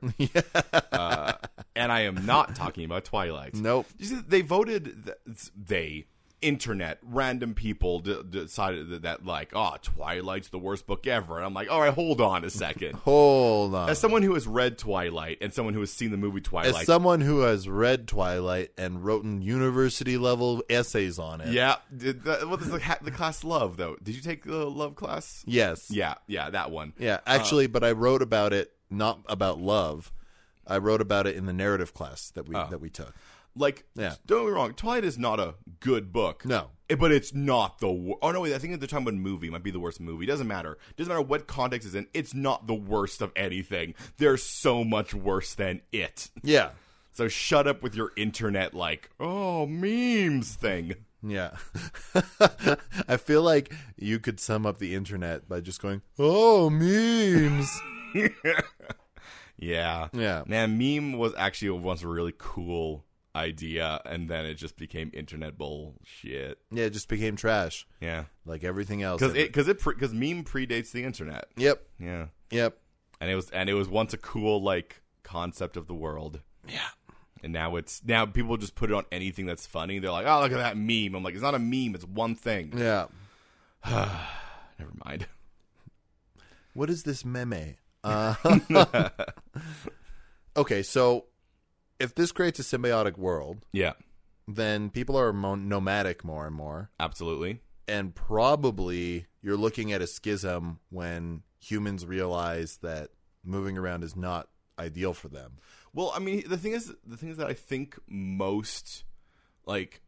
[SPEAKER 2] Uh, and I am not talking about Twilight.
[SPEAKER 1] Nope.
[SPEAKER 2] You see, they voted. Th- they internet random people d- decided that, that like, oh, Twilight's the worst book ever. And I'm like, all right, hold on a second.
[SPEAKER 1] Hold on.
[SPEAKER 2] As someone who has read Twilight and someone who has seen the movie
[SPEAKER 1] As
[SPEAKER 2] Twilight,
[SPEAKER 1] someone who has read Twilight and wrote university level essays on it.
[SPEAKER 2] yeah, did that, well, this is the, ha- the class love though. Did you take the love class?
[SPEAKER 1] Yes.
[SPEAKER 2] Yeah, Uh. yeah, that one.
[SPEAKER 1] Yeah, actually, but I wrote about it not about love. I wrote about it in the narrative class that we
[SPEAKER 2] Oh.
[SPEAKER 1] that we took.
[SPEAKER 2] Like,
[SPEAKER 1] Yeah.
[SPEAKER 2] don't get me wrong, Twilight is not a good book.
[SPEAKER 1] No.
[SPEAKER 2] Eh, But it's not the worst. Oh, no, wait, I think at the time about movie It might be the worst movie. Doesn't matter. Doesn't matter what context it's in. It's not the worst of anything. There's so much worse than it.
[SPEAKER 1] Yeah.
[SPEAKER 2] So shut up with your internet, like, oh, memes thing.
[SPEAKER 1] Yeah. I feel like you could sum up the internet by just going, "Oh, memes."
[SPEAKER 2] Yeah.
[SPEAKER 1] yeah.
[SPEAKER 2] Man, meme was actually once a really cool idea, and then it just became internet bullshit.
[SPEAKER 1] Yeah, it just became trash
[SPEAKER 2] Yeah.
[SPEAKER 1] like everything else.
[SPEAKER 2] Because it, cause it, pre- cause meme predates the internet.
[SPEAKER 1] Yep.
[SPEAKER 2] Yeah.
[SPEAKER 1] Yep.
[SPEAKER 2] and it was and it was once a cool like concept of the world
[SPEAKER 1] Yeah.
[SPEAKER 2] and now it's now people just put it on anything that's funny they're like oh look at that meme i'm like it's not a meme it's one thing
[SPEAKER 1] Yeah.
[SPEAKER 2] never mind
[SPEAKER 1] What is this meme? Uh, okay, so if this creates a symbiotic world,
[SPEAKER 2] yeah
[SPEAKER 1] then people are mo- nomadic more and more.
[SPEAKER 2] absolutely
[SPEAKER 1] and probably you're looking at a schism when humans realize that moving around is not ideal for them.
[SPEAKER 2] well i mean the thing is the thing is that i think most like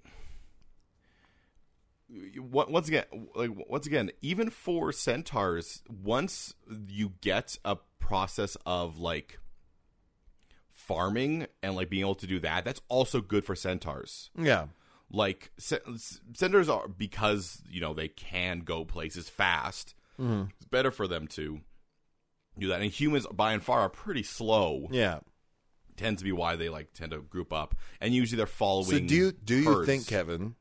[SPEAKER 2] you- once again like once again even for centaurs once you get a process of like farming and like being able to do that that's also good for centaurs
[SPEAKER 1] Yeah.
[SPEAKER 2] like se- s- senders are because you know they can go places fast. It's better for them to do that. And humans, by and far, are pretty slow.
[SPEAKER 1] Yeah.
[SPEAKER 2] Tends to be why they like tend to group up, and usually they're following.
[SPEAKER 1] So do you do you
[SPEAKER 2] herds.
[SPEAKER 1] think Kevin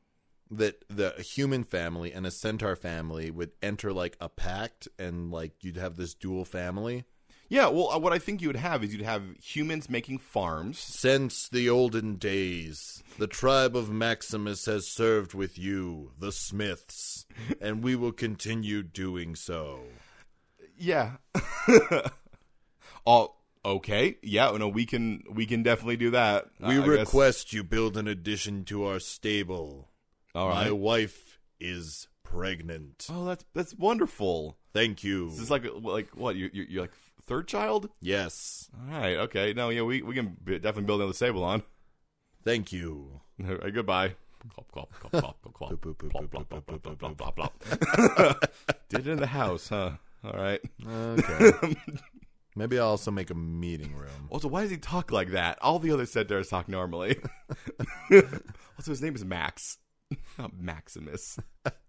[SPEAKER 1] that the a human family and a centaur family would enter like a pact and like you'd have this dual family?
[SPEAKER 2] Yeah. Well, uh, what I think you would have is you'd have humans making farms.
[SPEAKER 1] Since the olden days, the tribe of Maximus has served with you, the Smiths, and we will continue doing so.
[SPEAKER 2] Yeah. oh, okay. Yeah. No, we can we can definitely do that.
[SPEAKER 1] We
[SPEAKER 2] I guess.
[SPEAKER 1] request you build an addition to our stable.
[SPEAKER 2] All
[SPEAKER 1] My
[SPEAKER 2] right.
[SPEAKER 1] wife is pregnant.
[SPEAKER 2] Oh, that's that's wonderful.
[SPEAKER 1] Thank you.
[SPEAKER 2] This is like like what you you you're like third child.
[SPEAKER 1] yes.
[SPEAKER 2] All right. Okay. No. Yeah. We we can b- definitely build another stable on.
[SPEAKER 1] Thank you.
[SPEAKER 2] All right, goodbye. Clop clop clop clop clop clop.
[SPEAKER 1] Boop, boop, boop,
[SPEAKER 2] Plop,
[SPEAKER 1] boop,
[SPEAKER 2] plop,
[SPEAKER 1] boop,
[SPEAKER 2] plop,
[SPEAKER 1] boop,
[SPEAKER 2] plop,
[SPEAKER 1] boop, boop,
[SPEAKER 2] plop, plop, plop, plop. Did it in the house, huh? All right.
[SPEAKER 1] Okay. Maybe I'll also make a meeting room.
[SPEAKER 2] Also, why does he talk like that? All the other settlers talk normally. also, his name is Max, not Maximus.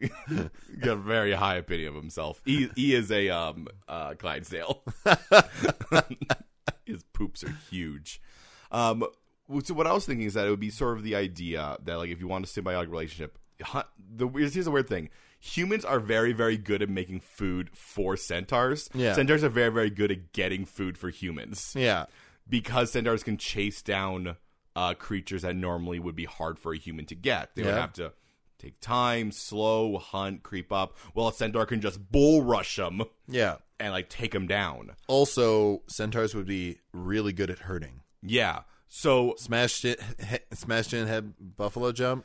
[SPEAKER 2] he got a very high opinion of himself. He he is a um uh Clydesdale. his poops are huge. Um, so what I was thinking is that it would be sort of the idea that like if you want a symbiotic relationship, hu- the weird- here's the weird thing: humans are very very good at making food for centaurs.
[SPEAKER 1] Yeah.
[SPEAKER 2] Centaurs are very very good at getting food for humans
[SPEAKER 1] Yeah.
[SPEAKER 2] because centaurs can chase down uh, creatures that normally would be hard for a human to get. They would
[SPEAKER 1] Yeah.
[SPEAKER 2] have to take time, slow, hunt, creep up. Well, a centaur can just bull rush them
[SPEAKER 1] Yeah.
[SPEAKER 2] and like take them down.
[SPEAKER 1] Also, centaurs would be really good at hurting.
[SPEAKER 2] Yeah. So
[SPEAKER 1] Smashed it, he, smashed in head buffalo jump.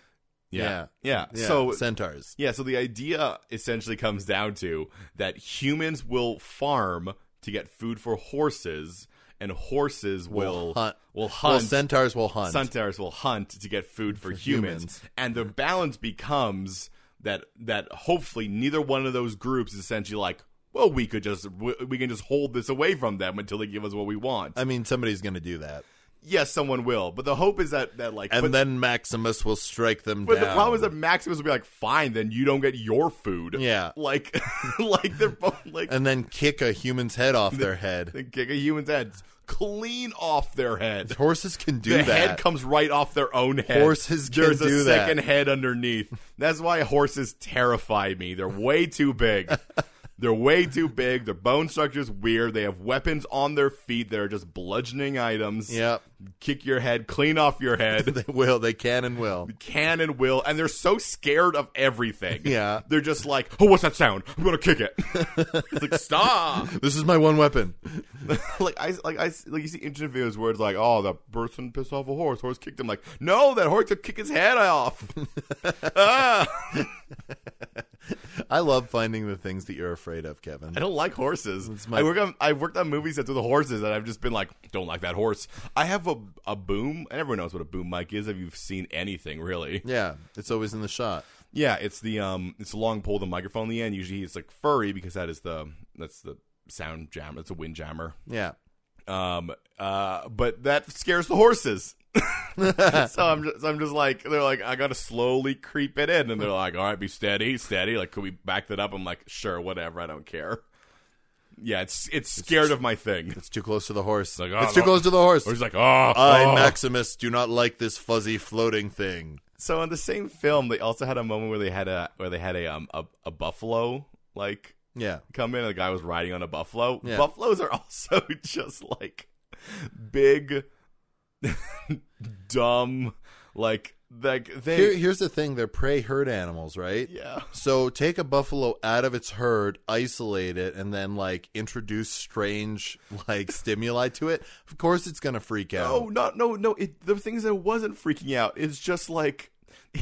[SPEAKER 2] Yeah. Yeah.
[SPEAKER 1] Yeah.
[SPEAKER 2] So
[SPEAKER 1] centaurs.
[SPEAKER 2] yeah, so the idea essentially comes down to that humans will farm to get food for horses and horses will
[SPEAKER 1] Will hunt.
[SPEAKER 2] will
[SPEAKER 1] Well,
[SPEAKER 2] hunt
[SPEAKER 1] centaurs will hunt.
[SPEAKER 2] centaurs will hunt to get food for, humans.
[SPEAKER 1] humans.
[SPEAKER 2] and the balance becomes that that hopefully neither one of those groups is essentially like well we could just we we can just hold this away from them until they give us what we want
[SPEAKER 1] I mean, somebody's going to do that,
[SPEAKER 2] yes someone will but the hope is that that like
[SPEAKER 1] and
[SPEAKER 2] but,
[SPEAKER 1] then Maximus will strike them
[SPEAKER 2] but
[SPEAKER 1] down.
[SPEAKER 2] the problem is that maximus will be like fine then you don't get your food
[SPEAKER 1] yeah,
[SPEAKER 2] like like they're both like
[SPEAKER 1] and then kick a human's head off their head.
[SPEAKER 2] they kick a human's head clean off their head
[SPEAKER 1] Horses can do
[SPEAKER 2] the
[SPEAKER 1] that.
[SPEAKER 2] head comes right off their own head.
[SPEAKER 1] Horses can
[SPEAKER 2] There's a
[SPEAKER 1] do that.
[SPEAKER 2] second head underneath. That's why horses terrify me. They're way too big. They're way too big. Their bone structure's weird. They have weapons on their feet that are just bludgeoning items.
[SPEAKER 1] yep,
[SPEAKER 2] Kick your head, clean off your head.
[SPEAKER 1] they will. They can and will.
[SPEAKER 2] Can and will, and they're so scared of everything.
[SPEAKER 1] Yeah.
[SPEAKER 2] They're just like, oh, what's that sound? I'm gonna kick it. it's like, stop.
[SPEAKER 1] This is my one weapon.
[SPEAKER 2] like I like I like you see internet videos where it's like, oh, the person pissed off a horse, horse kicked him. Like, no, that horse could kick his head off. Ah.
[SPEAKER 1] I love finding the things that you're afraid of, Kevin.
[SPEAKER 2] I don't like horses.
[SPEAKER 1] my-
[SPEAKER 2] I work on I worked on movie sets with horses, and I've just been like, don't like that horse. I have a a boom, and everyone knows what a boom mic is if you've seen anything really.
[SPEAKER 1] Yeah, it's always in the shot.
[SPEAKER 2] Yeah, it's the um, it's a long pole, the microphone in the end. Usually, it's like furry because that is the that's the sound jam. That's a wind jammer.
[SPEAKER 1] Yeah.
[SPEAKER 2] Um, uh, but that scares the horses. so I'm just, so I'm just like they're like I gotta slowly creep it in, and they're like, all right, be steady, steady. Like, could we back that up? I'm like, sure, whatever, I don't care. Yeah, it's it's scared of my thing.
[SPEAKER 1] It's too close to the horse.
[SPEAKER 2] like,
[SPEAKER 1] it's
[SPEAKER 2] oh,
[SPEAKER 1] too
[SPEAKER 2] no.
[SPEAKER 1] close to the horse.
[SPEAKER 2] Or he's like, oh,
[SPEAKER 1] I,
[SPEAKER 2] oh.
[SPEAKER 1] Maximus, do not like this fuzzy floating thing.
[SPEAKER 2] So in the same film, they also had a moment where they had a where they had a um a, a buffalo like
[SPEAKER 1] Yeah.
[SPEAKER 2] come in. and The guy was riding on a buffalo.
[SPEAKER 1] Yeah.
[SPEAKER 2] Buffaloes are also just like big, dumb, like like they.
[SPEAKER 1] Here, here's the thing they're prey herd animals, right?
[SPEAKER 2] yeah.
[SPEAKER 1] So take a buffalo out of its herd, isolate it, and then like introduce strange like stimuli to it. Of course, it's gonna freak out.
[SPEAKER 2] No, not no no. It, the things that wasn't freaking out. It's just like.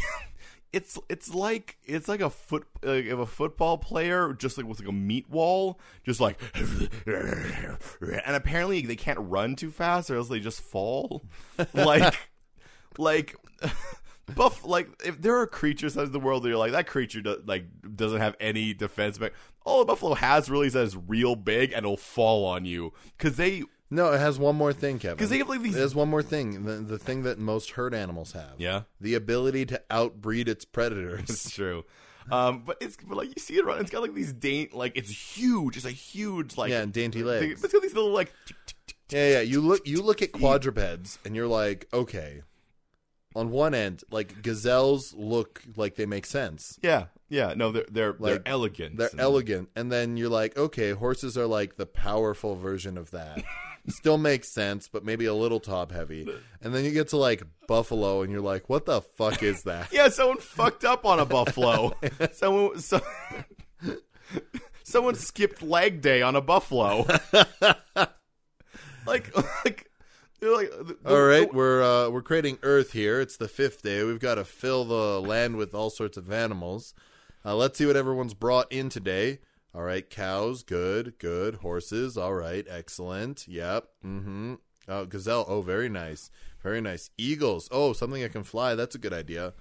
[SPEAKER 2] It's it's like it's like a foot like if a football player just like with like a meat wall just like and apparently they can't run too fast or else they just fall like like buff like if there are creatures out in the world that you're like that creature do, like doesn't have any defense mech all a buffalo has really is that it's real big and it'll fall on you because they
[SPEAKER 1] no, it has one more thing, Kevin.
[SPEAKER 2] 'Cause they have, like, these-
[SPEAKER 1] It has one more thing. The, the thing that most herd animals have.
[SPEAKER 2] yeah
[SPEAKER 1] The ability to outbreed its predators.
[SPEAKER 2] It's true. Um, but it's but like you see it run. It's got like these daint like it's huge. It's a huge like
[SPEAKER 1] yeah, and dainty
[SPEAKER 2] thing.
[SPEAKER 1] legs.
[SPEAKER 2] It's got these little like tick, tick, tick.
[SPEAKER 1] Yeah, yeah. You look you look at quadrupeds and you're like, okay. On one end, like gazelles look like they make sense.
[SPEAKER 2] yeah yeah no they're they're
[SPEAKER 1] Like,
[SPEAKER 2] they're elegant.
[SPEAKER 1] They're
[SPEAKER 2] And-
[SPEAKER 1] elegant. And then you're like, okay, horses are like the powerful version of that. Still makes sense, but maybe a little top heavy. And then you get to like buffalo and you're like, what the fuck is that?
[SPEAKER 2] Yeah, someone fucked up on a buffalo. someone so, someone skipped leg day on a buffalo. like like they're like the- the-
[SPEAKER 1] All right, we're uh, we're creating Earth here. It's the fifth day. We've got to fill the land with all sorts of animals. Uh, let's see what everyone's brought in today. All right, cows, good, good. Horses, all right, excellent. Yep. Mm-hmm. Oh, gazelle. Oh, very nice, very nice. Eagles. Oh, something that can fly. That's a good idea.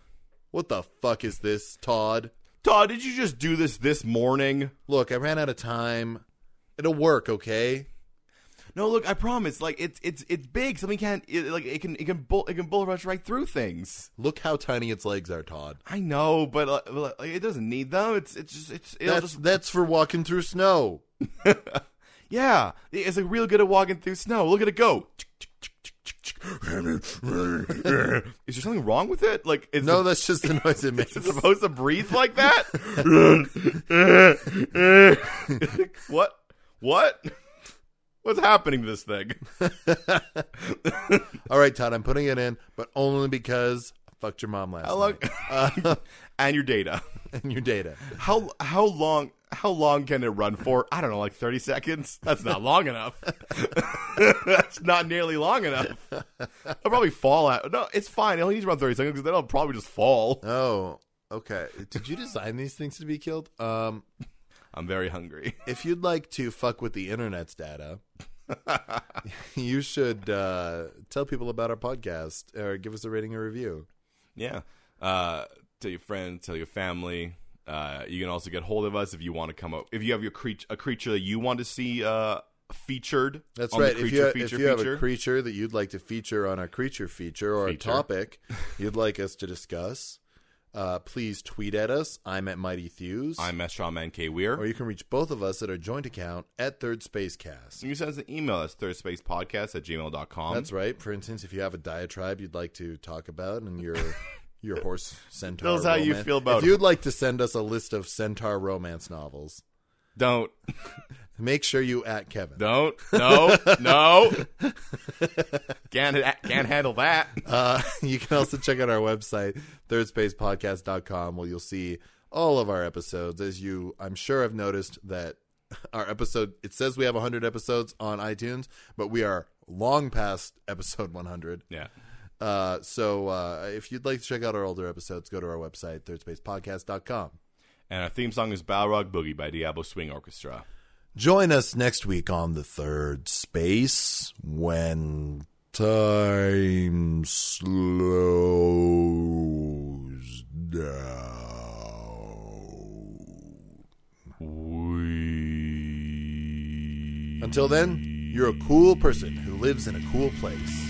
[SPEAKER 1] What the fuck is this, Todd?
[SPEAKER 2] Todd, did you just do this this morning?
[SPEAKER 1] Look, I ran out of time. It'll work, okay?
[SPEAKER 2] No, look, I promise. Like it's it's it's big. Something can't it, like it can it can bull it can bull rush right through things.
[SPEAKER 1] Look how tiny its legs are, Todd.
[SPEAKER 2] I know, but uh, like, it doesn't need them. It's it's just it's it'll
[SPEAKER 1] That's
[SPEAKER 2] just
[SPEAKER 1] that's for walking through snow.
[SPEAKER 2] yeah. It's like real good at walking through snow. Look at it go. Is there something wrong with it? Like it's
[SPEAKER 1] No, that's just the noise it makes.
[SPEAKER 2] Is it supposed to breathe like that? what? What? What's happening to this thing?
[SPEAKER 1] All right, Todd, I'm putting it in, but only because I fucked your mom last
[SPEAKER 2] How long? and your data.
[SPEAKER 1] night and your data.
[SPEAKER 2] How how long how long can it run for? I don't know, like thirty seconds. That's not long enough. That's not nearly long enough. I'll probably fall out. No, it's fine. It only needs about 30 seconds because then I'll probably just fall.
[SPEAKER 1] Oh, okay. Did you design these things to be killed? Um,
[SPEAKER 2] I'm very hungry.
[SPEAKER 1] if you'd like to fuck with the internet's data, you should uh, tell people about our podcast or give us a rating or review.
[SPEAKER 2] Yeah. Uh, tell your friends, tell your family. Uh, you can also get hold of us if you want to come up. If you have your creature, a creature that you want to see uh, featured.
[SPEAKER 1] That's
[SPEAKER 2] on the
[SPEAKER 1] right. If you,
[SPEAKER 2] creature
[SPEAKER 1] if
[SPEAKER 2] feature
[SPEAKER 1] you have
[SPEAKER 2] feature.
[SPEAKER 1] a creature that you'd like to feature on our creature feature or
[SPEAKER 2] Feature.
[SPEAKER 1] a topic you'd like us to discuss, uh, please tweet at us. I'm at Mighty Thews.
[SPEAKER 2] I'm S. Shaw Man K. Weir.
[SPEAKER 1] or you can reach both of us at our joint account at Third Space Cast.
[SPEAKER 2] You can send us an email. That's thirdspacepodcast at gmail.com.
[SPEAKER 1] That's right. For instance, if you have a diatribe you'd like to talk about and your your horse centaur.
[SPEAKER 2] Tell us how you
[SPEAKER 1] romance-
[SPEAKER 2] feel about-
[SPEAKER 1] If you'd like to send us a list of centaur romance novels,
[SPEAKER 2] Don't.
[SPEAKER 1] make sure you at Kevin.
[SPEAKER 2] Don't. No. no. Can't, can't handle that.
[SPEAKER 1] Uh, you can also check out our website, thirdspacepodcast.com, where you'll see all of our episodes. As you, I'm sure, have noticed that our episode, it says we have 100 episodes on iTunes, but we are long past episode 100.
[SPEAKER 2] Yeah.
[SPEAKER 1] Uh, so uh, if you'd like to check out our older episodes, go to our website, thirdspacepodcast.com.
[SPEAKER 2] And our theme song is Balrog Boogie by Diablo Swing Orchestra.
[SPEAKER 1] Join us next week on the third space when time slows down. Until then, you're a cool person who lives in a cool place.